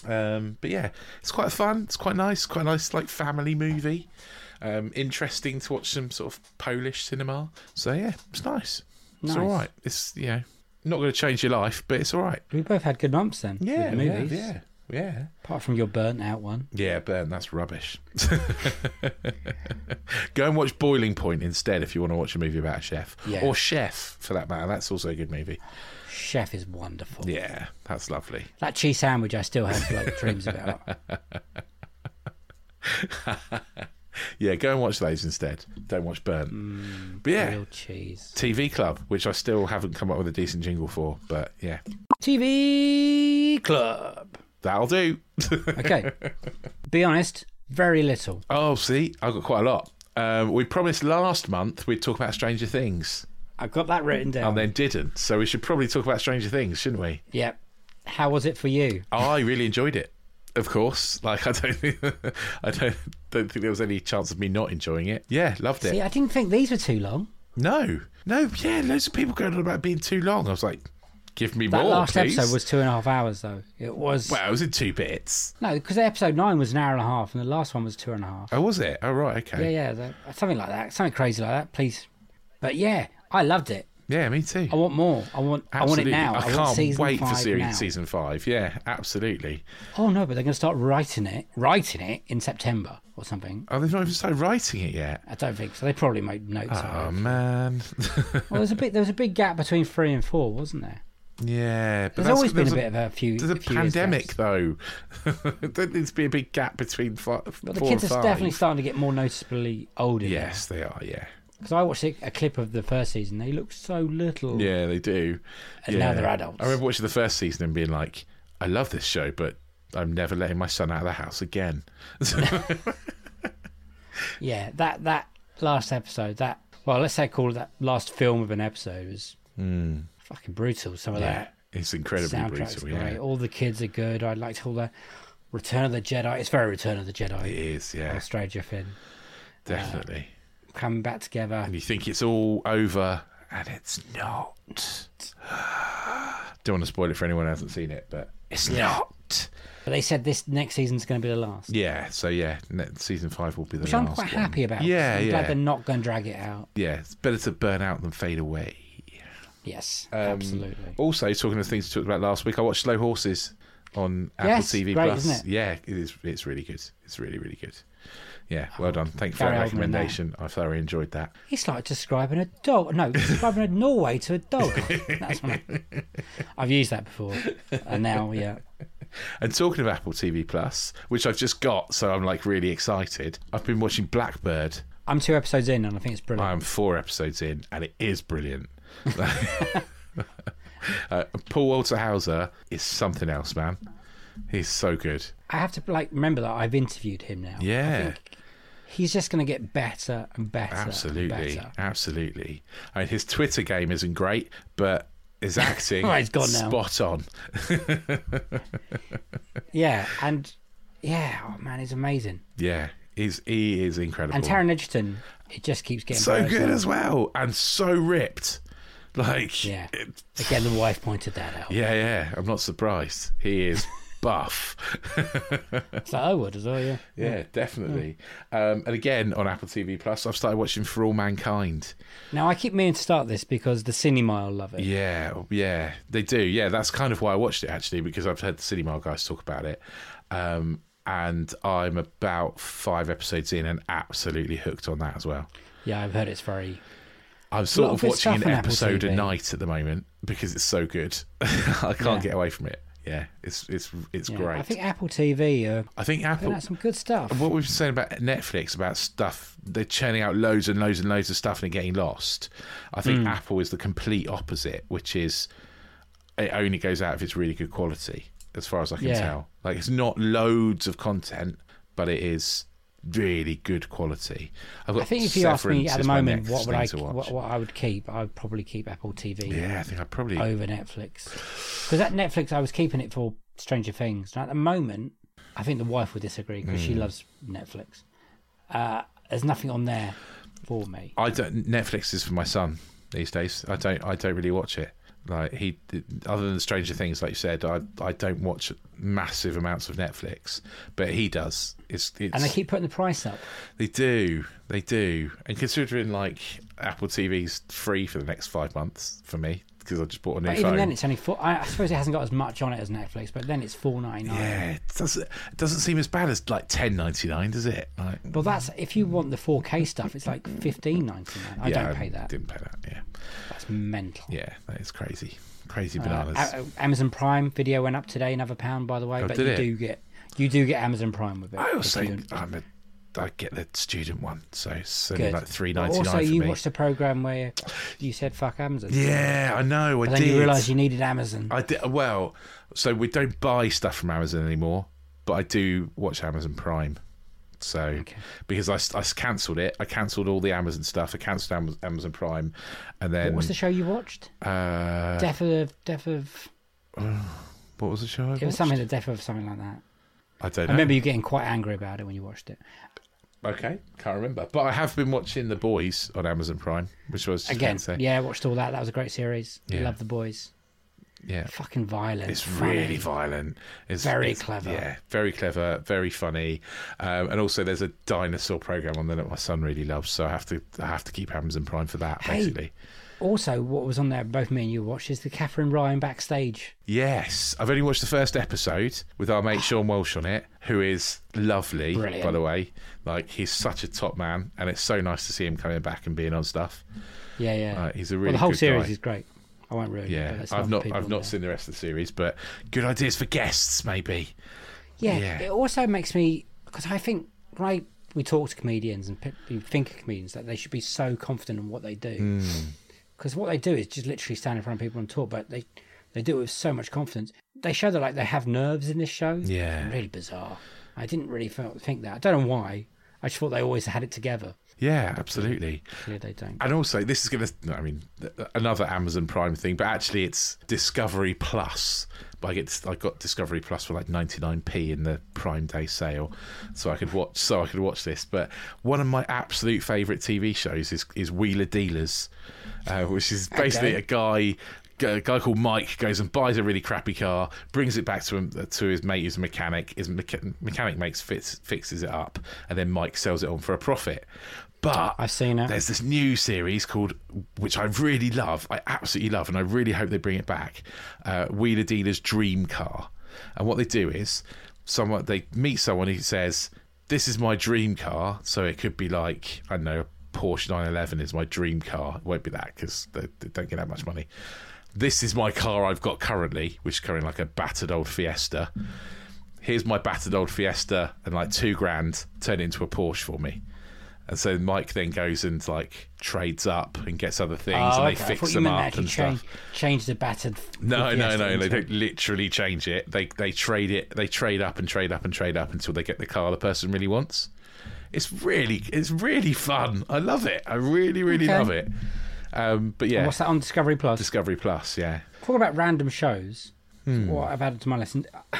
Speaker 3: um, but yeah, it's quite fun. It's quite nice. Quite a nice, like family movie. Um, interesting to watch some sort of Polish cinema. So yeah, it's nice. It's
Speaker 2: Nice.
Speaker 3: all right. It's you know not going to change your life, but it's all right.
Speaker 2: We both had good months then. with
Speaker 3: Yeah,
Speaker 2: the
Speaker 3: yeah,
Speaker 2: movies.
Speaker 3: yeah, yeah.
Speaker 2: Apart from your burnt out one.
Speaker 3: Yeah, Burn, that's rubbish. (laughs) Go and watch Boiling Point instead if you want to watch a movie about a chef.
Speaker 2: Yeah.
Speaker 3: Or Chef, for that matter. That's also a good movie.
Speaker 2: Chef is wonderful.
Speaker 3: Yeah, that's lovely.
Speaker 2: That cheese sandwich I still have like dreams about.
Speaker 3: Yeah, go and watch those instead. Don't watch Burn. but (laughs) yeah,
Speaker 2: Real cheese.
Speaker 3: TV Club, which I still haven't come up with a decent jingle for, but yeah,
Speaker 2: TV club.
Speaker 3: that'll do.
Speaker 2: Okay. Be honest, very little.
Speaker 3: oh, see, I've got quite a lot. Um, we promised last month we'd talk about Stranger Things
Speaker 2: I've got that written down.
Speaker 3: and then didn't, so we should probably talk about Stranger Things, shouldn't we?
Speaker 2: Yep. How was it for you?
Speaker 3: I really enjoyed it. Of course, (laughs) like I don't, think, I don't, don't think there was any chance of me not enjoying it. Yeah, loved it.
Speaker 2: See, I didn't think these were too long.
Speaker 3: no, no, yeah, loads of people going on about being too long. I was like, give me
Speaker 2: That
Speaker 3: more.
Speaker 2: last
Speaker 3: please.
Speaker 2: episode was two and a half hours, though. It was.
Speaker 3: well, it was in two bits.
Speaker 2: no, because episode nine was an hour and a half, and the last one was two and a half.
Speaker 3: Oh, was it? Oh, right.
Speaker 2: Yeah,
Speaker 3: Okay.
Speaker 2: yeah. That, something like that. Something crazy like that, please. But yeah, I loved it.
Speaker 3: Yeah, me too.
Speaker 2: I want more. I want.
Speaker 3: Absolutely.
Speaker 2: I want it now. I,
Speaker 3: can't
Speaker 2: want season
Speaker 3: wait for
Speaker 2: five
Speaker 3: series,
Speaker 2: now.
Speaker 3: season five. Yeah, absolutely.
Speaker 2: Oh no, but they're going to start writing it, writing it in September or something.
Speaker 3: Oh, they've not even started writing it yet.
Speaker 2: I don't think so. They probably made notes.
Speaker 3: Oh,
Speaker 2: on it.
Speaker 3: man. (laughs)
Speaker 2: Well, there's a bit. There was a big gap between three and four, wasn't there?
Speaker 3: yeah. But
Speaker 2: There's
Speaker 3: that's-
Speaker 2: always been
Speaker 3: there's
Speaker 2: a, bit of a few.
Speaker 3: There's a
Speaker 2: few years
Speaker 3: pandemic,
Speaker 2: gaps.
Speaker 3: though. (laughs) there needs to be a big gap between five,
Speaker 2: But the
Speaker 3: four
Speaker 2: kids
Speaker 3: and
Speaker 2: are
Speaker 3: five.
Speaker 2: definitely starting to get more noticeably older.
Speaker 3: Yes, they are. Yeah.
Speaker 2: Because I watched a, a clip of the first season. They look so little.
Speaker 3: Yeah, they do.
Speaker 2: And now
Speaker 3: Yeah.
Speaker 2: they're adults.
Speaker 3: I remember watching the first season and being like, I love this show, but I'm never letting my son out of the house again. (laughs)
Speaker 2: yeah, that that last episode, that well, let's say call it that last film of an episode was fucking brutal. Some of
Speaker 3: Hmm. yeah,
Speaker 2: that
Speaker 3: it's incredibly
Speaker 2: soundtrack's
Speaker 3: brutal.
Speaker 2: great.
Speaker 3: Yeah,
Speaker 2: All the kids are good. I liked all the Return of the Jedi. It's very Return of the
Speaker 3: it
Speaker 2: Jedi.
Speaker 3: is. Yeah,
Speaker 2: Australia Finn
Speaker 3: definitely.
Speaker 2: coming back together.
Speaker 3: and you think it's all over, and it's not. Don't want to spoil it for anyone who hasn't seen it, but it's not.
Speaker 2: But they said this next season's going to be the last,
Speaker 3: Yeah, so yeah, ne- season five will be the
Speaker 2: which
Speaker 3: last
Speaker 2: I'm quite
Speaker 3: one.
Speaker 2: happy about.
Speaker 3: Yeah,
Speaker 2: I'm
Speaker 3: yeah.
Speaker 2: glad they're not going to drag it out.
Speaker 3: Yeah, it's better to burn out than fade away.
Speaker 2: Yes,
Speaker 3: Um,
Speaker 2: absolutely.
Speaker 3: Also, talking of things we talked about last week, I watched Slow Horses on Apple
Speaker 2: Yes,
Speaker 3: TV
Speaker 2: great,
Speaker 3: Plus.
Speaker 2: isn't it?
Speaker 3: Yeah, it is. It's really good. It's really really good. Yeah, well done. Thanks for
Speaker 2: Oh, Gary
Speaker 3: that
Speaker 2: Oldman, that.
Speaker 3: recommendation. I thoroughly enjoyed that.
Speaker 2: It's like describing a dog. No, describing a Norway to a dog. That's my. I've used that before, and now yeah.
Speaker 3: And talking of Apple TV Plus, which I've just got, so I'm like really excited. I've been watching Blackbird.
Speaker 2: I'm two episodes in, and I think it's brilliant.
Speaker 3: I'm four episodes in, and it is brilliant. (laughs) uh, Paul Walter Hauser is something else, man. He's so good.
Speaker 2: I have to like remember that I've interviewed him now.
Speaker 3: Yeah.
Speaker 2: He's just going to get better and better. and
Speaker 3: Absolutely,
Speaker 2: better.
Speaker 3: absolutely. I mean, his Twitter game isn't great, but
Speaker 2: (laughs)
Speaker 3: his acting
Speaker 2: Right, it's Oh, gone now.
Speaker 3: spot on.
Speaker 2: Yeah, and yeah, oh man, he's amazing.
Speaker 3: Yeah, he's he is incredible.
Speaker 2: And Taron Egerton, it just keeps getting
Speaker 3: so
Speaker 2: better.
Speaker 3: good as well, and so ripped. Like,
Speaker 2: Yeah.
Speaker 3: it-
Speaker 2: Again, the wife pointed that out.
Speaker 3: yeah, yeah. I'm not surprised.
Speaker 2: (laughs)
Speaker 3: He is buff.
Speaker 2: It's like I would as well. Yeah.
Speaker 3: yeah, definitely. Um, and again, on Apple TV Plus, I've started watching For All Mankind.
Speaker 2: Now I keep meaning to start this because the cinema I love it.
Speaker 3: Yeah, yeah, they do. Yeah, that's kind of why I watched it actually because I've heard the City Mile guys talk about it, um, and I'm about five episodes in and absolutely hooked on that as well.
Speaker 2: Yeah, I've heard it's very.
Speaker 3: I'm
Speaker 2: lot
Speaker 3: sort of,
Speaker 2: of good
Speaker 3: watching an
Speaker 2: stuff on Apple
Speaker 3: episode a
Speaker 2: TV.
Speaker 3: night at the moment because it's so good. (laughs) I can't
Speaker 2: Yeah.
Speaker 3: get away from it. Yeah, it's it's it's
Speaker 2: yeah.
Speaker 3: great.
Speaker 2: I think Apple TV are putting
Speaker 3: Apple.
Speaker 2: out some good stuff.
Speaker 3: What we've been saying about Netflix about stuff they're churning out loads and loads and loads of stuff and they're getting lost. I think
Speaker 2: Hmm.
Speaker 3: Apple is the complete opposite, which is it only goes out if it's really good quality, as far as I can
Speaker 2: Yeah.
Speaker 3: tell. Like it's not loads of content, but it is really good quality. I've got
Speaker 2: I think if you ask me
Speaker 3: Severance
Speaker 2: at the
Speaker 3: is my
Speaker 2: moment
Speaker 3: next
Speaker 2: what would
Speaker 3: thing
Speaker 2: I
Speaker 3: to watch.
Speaker 2: what, what I would keep, I would probably keep Apple TV
Speaker 3: yeah, I think I probably
Speaker 2: over Netflix because at Netflix I was keeping it for Stranger Things. Now at the moment, I think the wife would disagree because
Speaker 3: Hmm.
Speaker 2: she loves Netflix. Uh, there's nothing on there for me.
Speaker 3: I don't. Netflix is for my son these days. I don't. I don't really watch it. Like he, other than Stranger Things, like you said, I I don't watch massive amounts of Netflix, but he does. It's, it's
Speaker 2: And they keep putting the price up.
Speaker 3: they do they do. And considering like Apple TV's free for the next five months for me because I just bought a new
Speaker 2: But
Speaker 3: phone.
Speaker 2: even then, it's only four. I, I suppose it hasn't got as much on it as Netflix, but then it's four ninety nine.
Speaker 3: yeah, it doesn't it doesn't seem as bad as like ten ninety nine, does it? Like,
Speaker 2: Well, that's if you want the four K stuff, it's like fifteen ninety nine. I
Speaker 3: yeah,
Speaker 2: don't pay that.
Speaker 3: Didn't pay that. Yeah,
Speaker 2: That's mental.
Speaker 3: yeah, that is crazy, crazy
Speaker 2: Uh,
Speaker 3: bananas.
Speaker 2: A- Amazon Prime video went up today, another pound, by the way.
Speaker 3: Oh,
Speaker 2: but
Speaker 3: did
Speaker 2: you
Speaker 3: it?
Speaker 2: do get you do get Amazon Prime with it.
Speaker 3: I
Speaker 2: if
Speaker 3: also
Speaker 2: you don't-
Speaker 3: I'm a I get the student one, so it's only
Speaker 2: Good.
Speaker 3: like three
Speaker 2: But
Speaker 3: ninety nine
Speaker 2: Also,
Speaker 3: for
Speaker 2: you
Speaker 3: me.
Speaker 2: watched a program where you said "fuck Amazon."
Speaker 3: yeah, I know. I
Speaker 2: But then
Speaker 3: did.
Speaker 2: you realised you needed Amazon.
Speaker 3: I did well. So we don't buy stuff from Amazon anymore, but I do watch Amazon Prime. So because I, s- I s- cancelled it, I cancelled all the Amazon stuff. I cancelled Amaz- Amazon Prime, and then
Speaker 2: what was the show you watched?
Speaker 3: uh,
Speaker 2: Death of Death of.
Speaker 3: what was the show? I,
Speaker 2: It was
Speaker 3: watched?
Speaker 2: something the death of something like that.
Speaker 3: I don't
Speaker 2: I
Speaker 3: know.
Speaker 2: remember you getting quite angry about it when you watched it.
Speaker 3: okay, can't remember. But I have been watching The Boys on Amazon Prime, which was
Speaker 2: Again,
Speaker 3: say.
Speaker 2: yeah, I watched all that. That was a great series.
Speaker 3: Yeah.
Speaker 2: Love the boys.
Speaker 3: yeah.
Speaker 2: Fucking violent.
Speaker 3: It's
Speaker 2: funny.
Speaker 3: really violent. It's
Speaker 2: Very
Speaker 3: it's-
Speaker 2: clever.
Speaker 3: Yeah, very clever, very funny, um, and also there's a dinosaur program on there that my son really loves. So I have to I have to keep Amazon Prime for that
Speaker 2: Hey.
Speaker 3: basically.
Speaker 2: Also, what was on there, both me and you watched, is the Catherine Ryan backstage.
Speaker 3: Yes, I've only watched the first episode with our mate Sean Welsh on it, who is lovely,
Speaker 2: Brilliant.
Speaker 3: by the way. Like he's such a top man, and it's so nice to see him coming back and being on stuff.
Speaker 2: Yeah, yeah.
Speaker 3: Uh, he's a
Speaker 2: well,
Speaker 3: really
Speaker 2: the whole
Speaker 3: good
Speaker 2: series
Speaker 3: guy.
Speaker 2: is great. I won't ruin it. but
Speaker 3: Yeah,
Speaker 2: there's
Speaker 3: I've
Speaker 2: other
Speaker 3: not
Speaker 2: people
Speaker 3: I've
Speaker 2: on
Speaker 3: not
Speaker 2: there.
Speaker 3: seen the rest of the series, but good ideas for guests maybe.
Speaker 2: Yeah,
Speaker 3: Yeah.
Speaker 2: it also makes me because I think when I we talk to comedians and pe- we think of comedians that they should be
Speaker 3: Hmm.
Speaker 2: so confident in what they do because what they do is just literally stand in front of people and talk, but they They do it with so much confidence. They show that like they have nerves in this show.
Speaker 3: Yeah.
Speaker 2: really bizarre. I didn't really felt, think that. I don't know why. I just thought they always had it together.
Speaker 3: Yeah, absolutely.
Speaker 2: Clearly they don't.
Speaker 3: And also, this is going to, I mean, th- another Amazon Prime thing, but actually it's Discovery Plus. But I, get, I got Discovery Plus for like 99p in the Prime Day sale, so I could watch. So I could watch this. But one of my absolute favourite TV shows is is Wheeler Dealers, uh, which is basically
Speaker 2: Okay.
Speaker 3: a guy a guy called Mike goes and buys a really crappy car, brings it back to him uh, to his mate who's a mechanic. His mecha- mechanic makes fits, fixes it up, and then Mike sells it on for a profit. But
Speaker 2: I've seen it.
Speaker 3: There's this new series called, which I really love. I absolutely love, and I really hope they bring it back. Uh, Wheeler Dealer's Dream Car, and what they do is, someone they meet someone who says, "This is my dream car," so it could be like I don't know. a Porsche 911 is my dream car. It won't be that because they, they don't get that much money this is my car I've got currently, which is currently like a battered old Fiesta. Here's my battered old Fiesta and like two grand, turn it into a Porsche for me. And so Mike then goes and like trades up and gets other things
Speaker 2: Oh,
Speaker 3: and they
Speaker 2: okay. I
Speaker 3: fix
Speaker 2: thought you
Speaker 3: them
Speaker 2: meant they
Speaker 3: up
Speaker 2: actually
Speaker 3: and
Speaker 2: change,
Speaker 3: stuff.
Speaker 2: change the battered. f-
Speaker 3: No, no,
Speaker 2: Fiesta
Speaker 3: no. They
Speaker 2: into-
Speaker 3: don't literally change it. They they trade it. They trade up and trade up and trade up until they get the car the person really wants. It's really it's really fun. I love it. I really really
Speaker 2: Okay.
Speaker 3: love it. Um, but yeah,
Speaker 2: What's that on Discovery Plus?
Speaker 3: Discovery Plus. Yeah.
Speaker 2: Talk about random shows.
Speaker 3: Hmm.
Speaker 2: What I've added to my lesson. (laughs)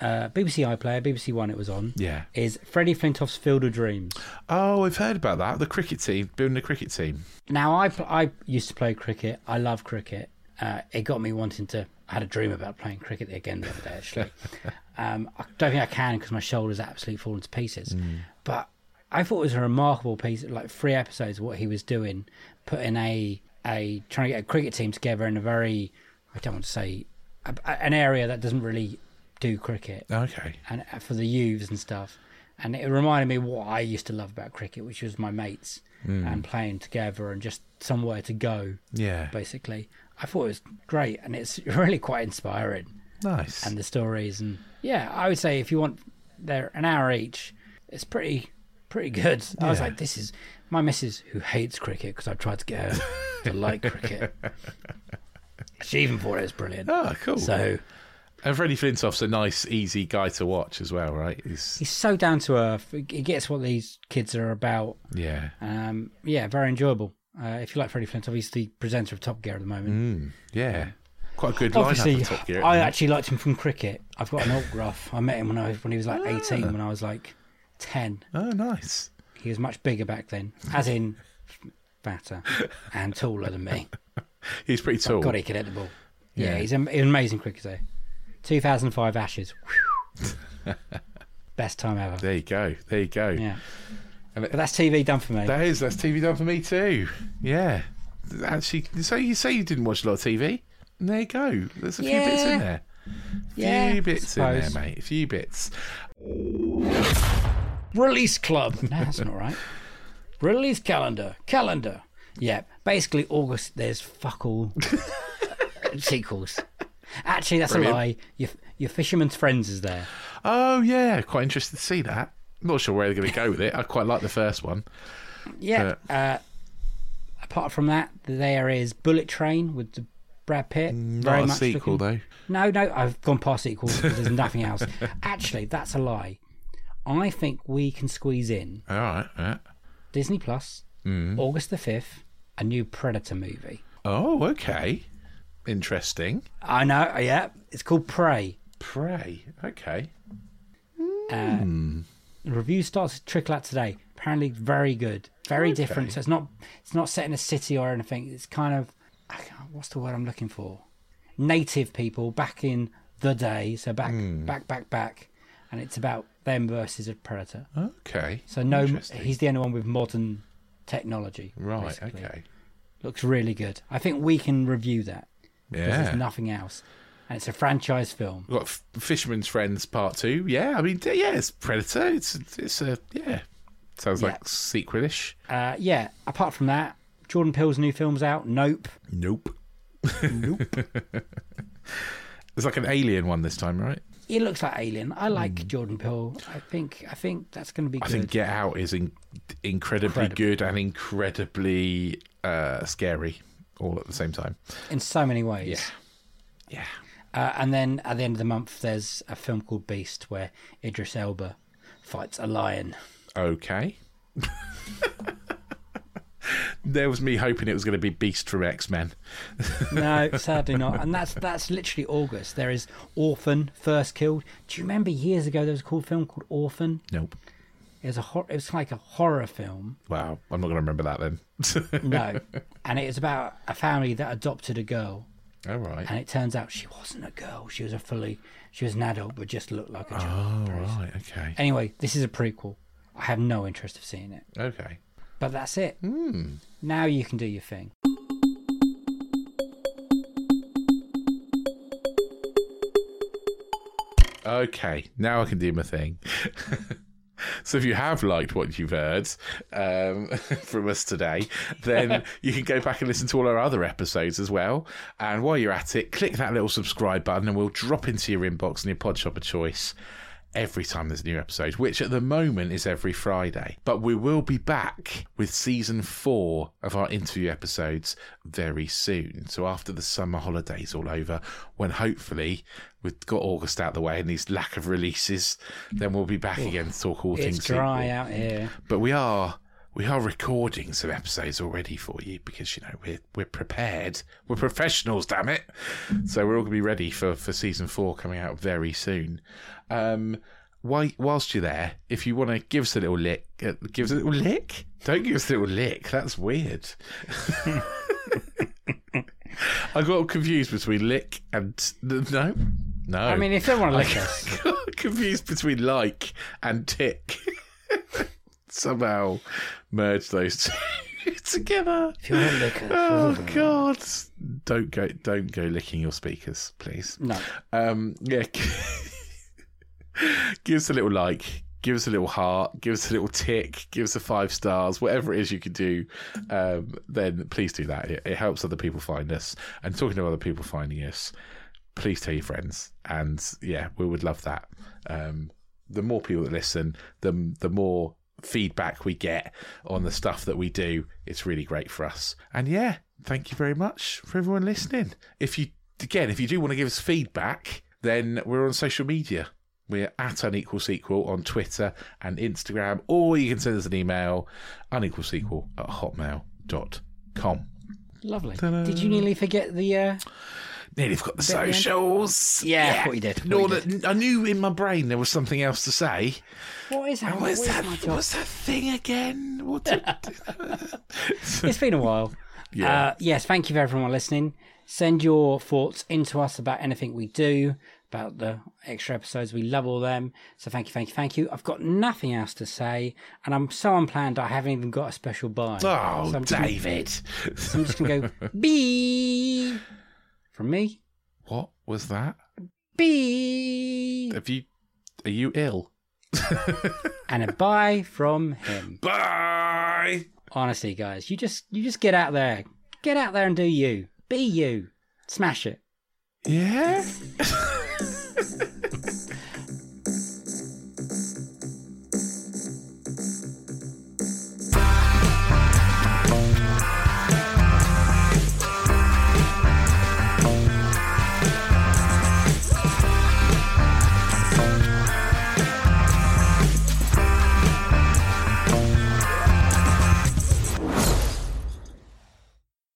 Speaker 2: Uh, BBC iPlayer, BBC One, it was on.
Speaker 3: Yeah.
Speaker 2: Is Freddie Flintoff's Field of Dreams.
Speaker 3: Oh, I've heard about that. The cricket team, building a cricket team.
Speaker 2: Now, I, pl- I used to play cricket. I love cricket. Uh, it got me wanting to. I had a dream about playing cricket again the other day, actually. um, I don't think I can because my shoulder's absolutely fallen to pieces. But I thought it was a remarkable piece, like three episodes of what he was doing, putting a, a trying to get a cricket team together in a very, I don't want to say, a, a- an area that doesn't really do cricket
Speaker 3: Okay.
Speaker 2: and for the youths and stuff. And it reminded me what I used to love about cricket, which was my mates and playing together and just somewhere to go.
Speaker 3: Mm. Yeah.
Speaker 2: Basically, I thought it was great, and it's (laughs) really quite inspiring.
Speaker 3: Nice.
Speaker 2: And the stories, and yeah, I would say if you want, they're an hour each. It's pretty, pretty good. I was
Speaker 3: Yeah.
Speaker 2: like, this is my missus who hates cricket because I've tried to get her to like
Speaker 3: (laughs)
Speaker 2: cricket. She even thought it was brilliant.
Speaker 3: oh, cool.
Speaker 2: So
Speaker 3: and Freddie Flintoff's a nice, easy guy to watch as well, right? He's,
Speaker 2: he's so down to earth. He gets what these kids are about.
Speaker 3: yeah.
Speaker 2: Um, yeah, very enjoyable. Uh, if you like Freddie Flintoff, he's the presenter of Top Gear at the
Speaker 3: Mm,
Speaker 2: moment.
Speaker 3: Hmm, Yeah. Quite a good lineup
Speaker 2: Obviously,
Speaker 3: at Top Gear.
Speaker 2: I
Speaker 3: isn't it?
Speaker 2: actually liked him from cricket. I've got an autograph. I met him when I was, when he was
Speaker 3: Ah.
Speaker 2: like eighteen, when I was like ten.
Speaker 3: oh, nice.
Speaker 2: He was much bigger back then, as in fatter and taller than me.
Speaker 3: He's pretty tall.
Speaker 2: God, he could hit the ball. Yeah,
Speaker 3: Yeah.
Speaker 2: he's, an, he's an amazing cricketer. 2005 Ashes.
Speaker 3: (laughs)
Speaker 2: Whew. Best time ever.
Speaker 3: There you go. There you go.
Speaker 2: Yeah. But that's TV done for me.
Speaker 3: That is. That's TV done for me too. Yeah. Actually, so you say you didn't watch a lot of TV. There you go. There's a few bits
Speaker 2: Yeah.
Speaker 3: in there.
Speaker 2: yeah.
Speaker 3: few
Speaker 2: I
Speaker 3: bits in there,
Speaker 2: suppose.
Speaker 3: mate. A few bits.
Speaker 2: Release club. No, that's not right. Release calendar. Calendar. Yeah. Basically, August, there's fuck
Speaker 3: (laughs)
Speaker 2: all sequels. Actually, that's
Speaker 3: Brilliant.
Speaker 2: a lie. Your, your Fisherman's Friends is there.
Speaker 3: Oh yeah, quite interested to see that. Not sure where they're going to go with it. I quite like the first one.
Speaker 2: Yeah. Uh, apart from that, there is Bullet Train with the Brad Pitt. Very
Speaker 3: Not a
Speaker 2: much
Speaker 3: sequel
Speaker 2: looking-
Speaker 3: though.
Speaker 2: No, no, I've gone past sequels because there's nothing else.
Speaker 3: (laughs)
Speaker 2: Actually, that's a lie. I think we can squeeze in
Speaker 3: All right. Yeah.
Speaker 2: Disney Plus,
Speaker 3: Mm.
Speaker 2: August the 5th, a new Predator movie.
Speaker 3: Oh, okay. Interesting.
Speaker 2: I know, yeah. It's called Prey.
Speaker 3: Prey. Okay.
Speaker 2: The review starts to trickle out today. Apparently, very good, very different. So it's not it's not set in a city or anything. It's kind of I can't- what's the word I'm looking for? Native people back in the day. So back
Speaker 3: Hmm.
Speaker 2: back back back, and it's about them versus a predator.
Speaker 3: Okay.
Speaker 2: So no,
Speaker 3: Interesting.
Speaker 2: he's the only one with modern technology.
Speaker 3: Right.
Speaker 2: basically.
Speaker 3: Okay.
Speaker 2: Looks really good. I think we can review that because
Speaker 3: Yeah.
Speaker 2: there's nothing else, and it's a franchise film.
Speaker 3: We've got F- Fisherman's Friends Part Two. Yeah. I mean, d- yeah. It's Predator. It's it's a yeah. Sounds
Speaker 2: Yeah.
Speaker 3: like sequelish.
Speaker 2: Uh, yeah. Apart from that, Jordan Peele's new film's out. Nope.
Speaker 3: Nope. Nope. (laughs) It's like an alien one this time, right?
Speaker 2: It looks like Alien. I like Jordan Peele. I think I think that's going to be
Speaker 3: Hmm. I
Speaker 2: good.
Speaker 3: think Get Out is in- incredibly
Speaker 2: Incredible.
Speaker 3: good and incredibly uh, scary all at the same time.
Speaker 2: in so many ways.
Speaker 3: Yeah. Yeah.
Speaker 2: Uh, and then at the end of the month, there's a film called Beast where Idris Elba fights a
Speaker 3: (laughs)
Speaker 2: lion.
Speaker 3: Okay. (laughs) there was me hoping it was going to be Beast from X Men.
Speaker 2: No, sadly not. And that's that's literally August. There is Orphan, First Killed. Do you remember years ago there was a cool film called Orphan?
Speaker 3: Nope.
Speaker 2: It was a hor- it was like a horror film.
Speaker 3: Wow. I'm not going to remember that then. (laughs)
Speaker 2: No, and it was about a family that adopted a girl,
Speaker 3: All right.
Speaker 2: and it turns out she wasn't a girl. She was a fully she was an adult, but just looked like a child.
Speaker 3: All right. Okay.
Speaker 2: Anyway, this is a prequel. I have no interest of seeing it.
Speaker 3: Okay.
Speaker 2: But that's it.
Speaker 3: Hmm.
Speaker 2: Now you can do your thing.
Speaker 3: Okay, now I can do my thing. (laughs) so if you have liked what you've heard um, (laughs) from us today, then you can go back and listen to all our other episodes as well. And while you're at it, click that little subscribe button and we'll drop into your inbox and your pod shop of choice every time there's a new episode, which at the moment is every Friday. But we will be back with season four of our interview episodes very soon. So after the summer holidays all over, when hopefully we've got August out the way and these lack of releases, then we'll be back again to talk all
Speaker 2: It's
Speaker 3: things
Speaker 2: dry
Speaker 3: sequel.
Speaker 2: out here.
Speaker 3: But we are we are recording some episodes already for you because you know we're we're prepared. We're professionals, damn it. So we're all gonna be ready for, for season four coming out very soon. Um whi- whilst you're there, if you want to give us a little lick, uh, give us a little lick. Don't give us a little lick. That's weird. (laughs) I got confused between lick and no, no.
Speaker 2: I mean, if they want to
Speaker 3: (laughs)
Speaker 2: like us,
Speaker 3: I got confused between like and tick. (laughs) Somehow merge those two (laughs) together.
Speaker 2: if you want to look at (laughs)
Speaker 3: Oh God! Don't go! Don't go licking your speakers, please.
Speaker 2: No.
Speaker 3: Um. Yeah. give us a little like. Give us a little heart. Give us a little tick. Give us a five stars. Whatever it is you can do, um, then please do that. It, it helps other people find us. And talking of other people finding us, please tell your friends. And yeah, we would love that. Um, the more people that listen, the the more feedback we get on the stuff that we do. It's really great for us. And yeah, thank you very much for everyone listening. If you again, if you do want to give us feedback, then we're on social media. We're at Unequal Sequel on Twitter and Instagram, or you can send us an email, unequalsequel at hotmail.com.
Speaker 2: Lovely. Did you nearly forget the? Uh...
Speaker 3: Nearly forgot the socials.
Speaker 2: Yeah, I thought you did. I
Speaker 3: No,
Speaker 2: thought you
Speaker 3: that- I knew in my brain there was something else to say.
Speaker 2: What is that?
Speaker 3: What is
Speaker 2: What is
Speaker 3: that?
Speaker 2: my job?
Speaker 3: What's that thing again?
Speaker 2: (laughs)
Speaker 3: What? did-
Speaker 2: It's been a while.
Speaker 3: Yeah.
Speaker 2: Uh, yes, thank you for everyone listening. Send your thoughts into us about anything we do, about the extra episodes. We love all them. So thank you, thank you, thank you. I've got nothing else to say, and I'm so unplanned I haven't even got a special buy.
Speaker 3: Oh,
Speaker 2: so I'm just-
Speaker 3: David. (laughs)
Speaker 2: I'm just gonna go B from me.
Speaker 3: What was that?
Speaker 2: B
Speaker 3: Have you? Are you ill?
Speaker 2: and a bye from him.
Speaker 3: Bye.
Speaker 2: Honestly, guys, you just you just get out there, get out there and do you, be you, smash it.
Speaker 3: Yeah.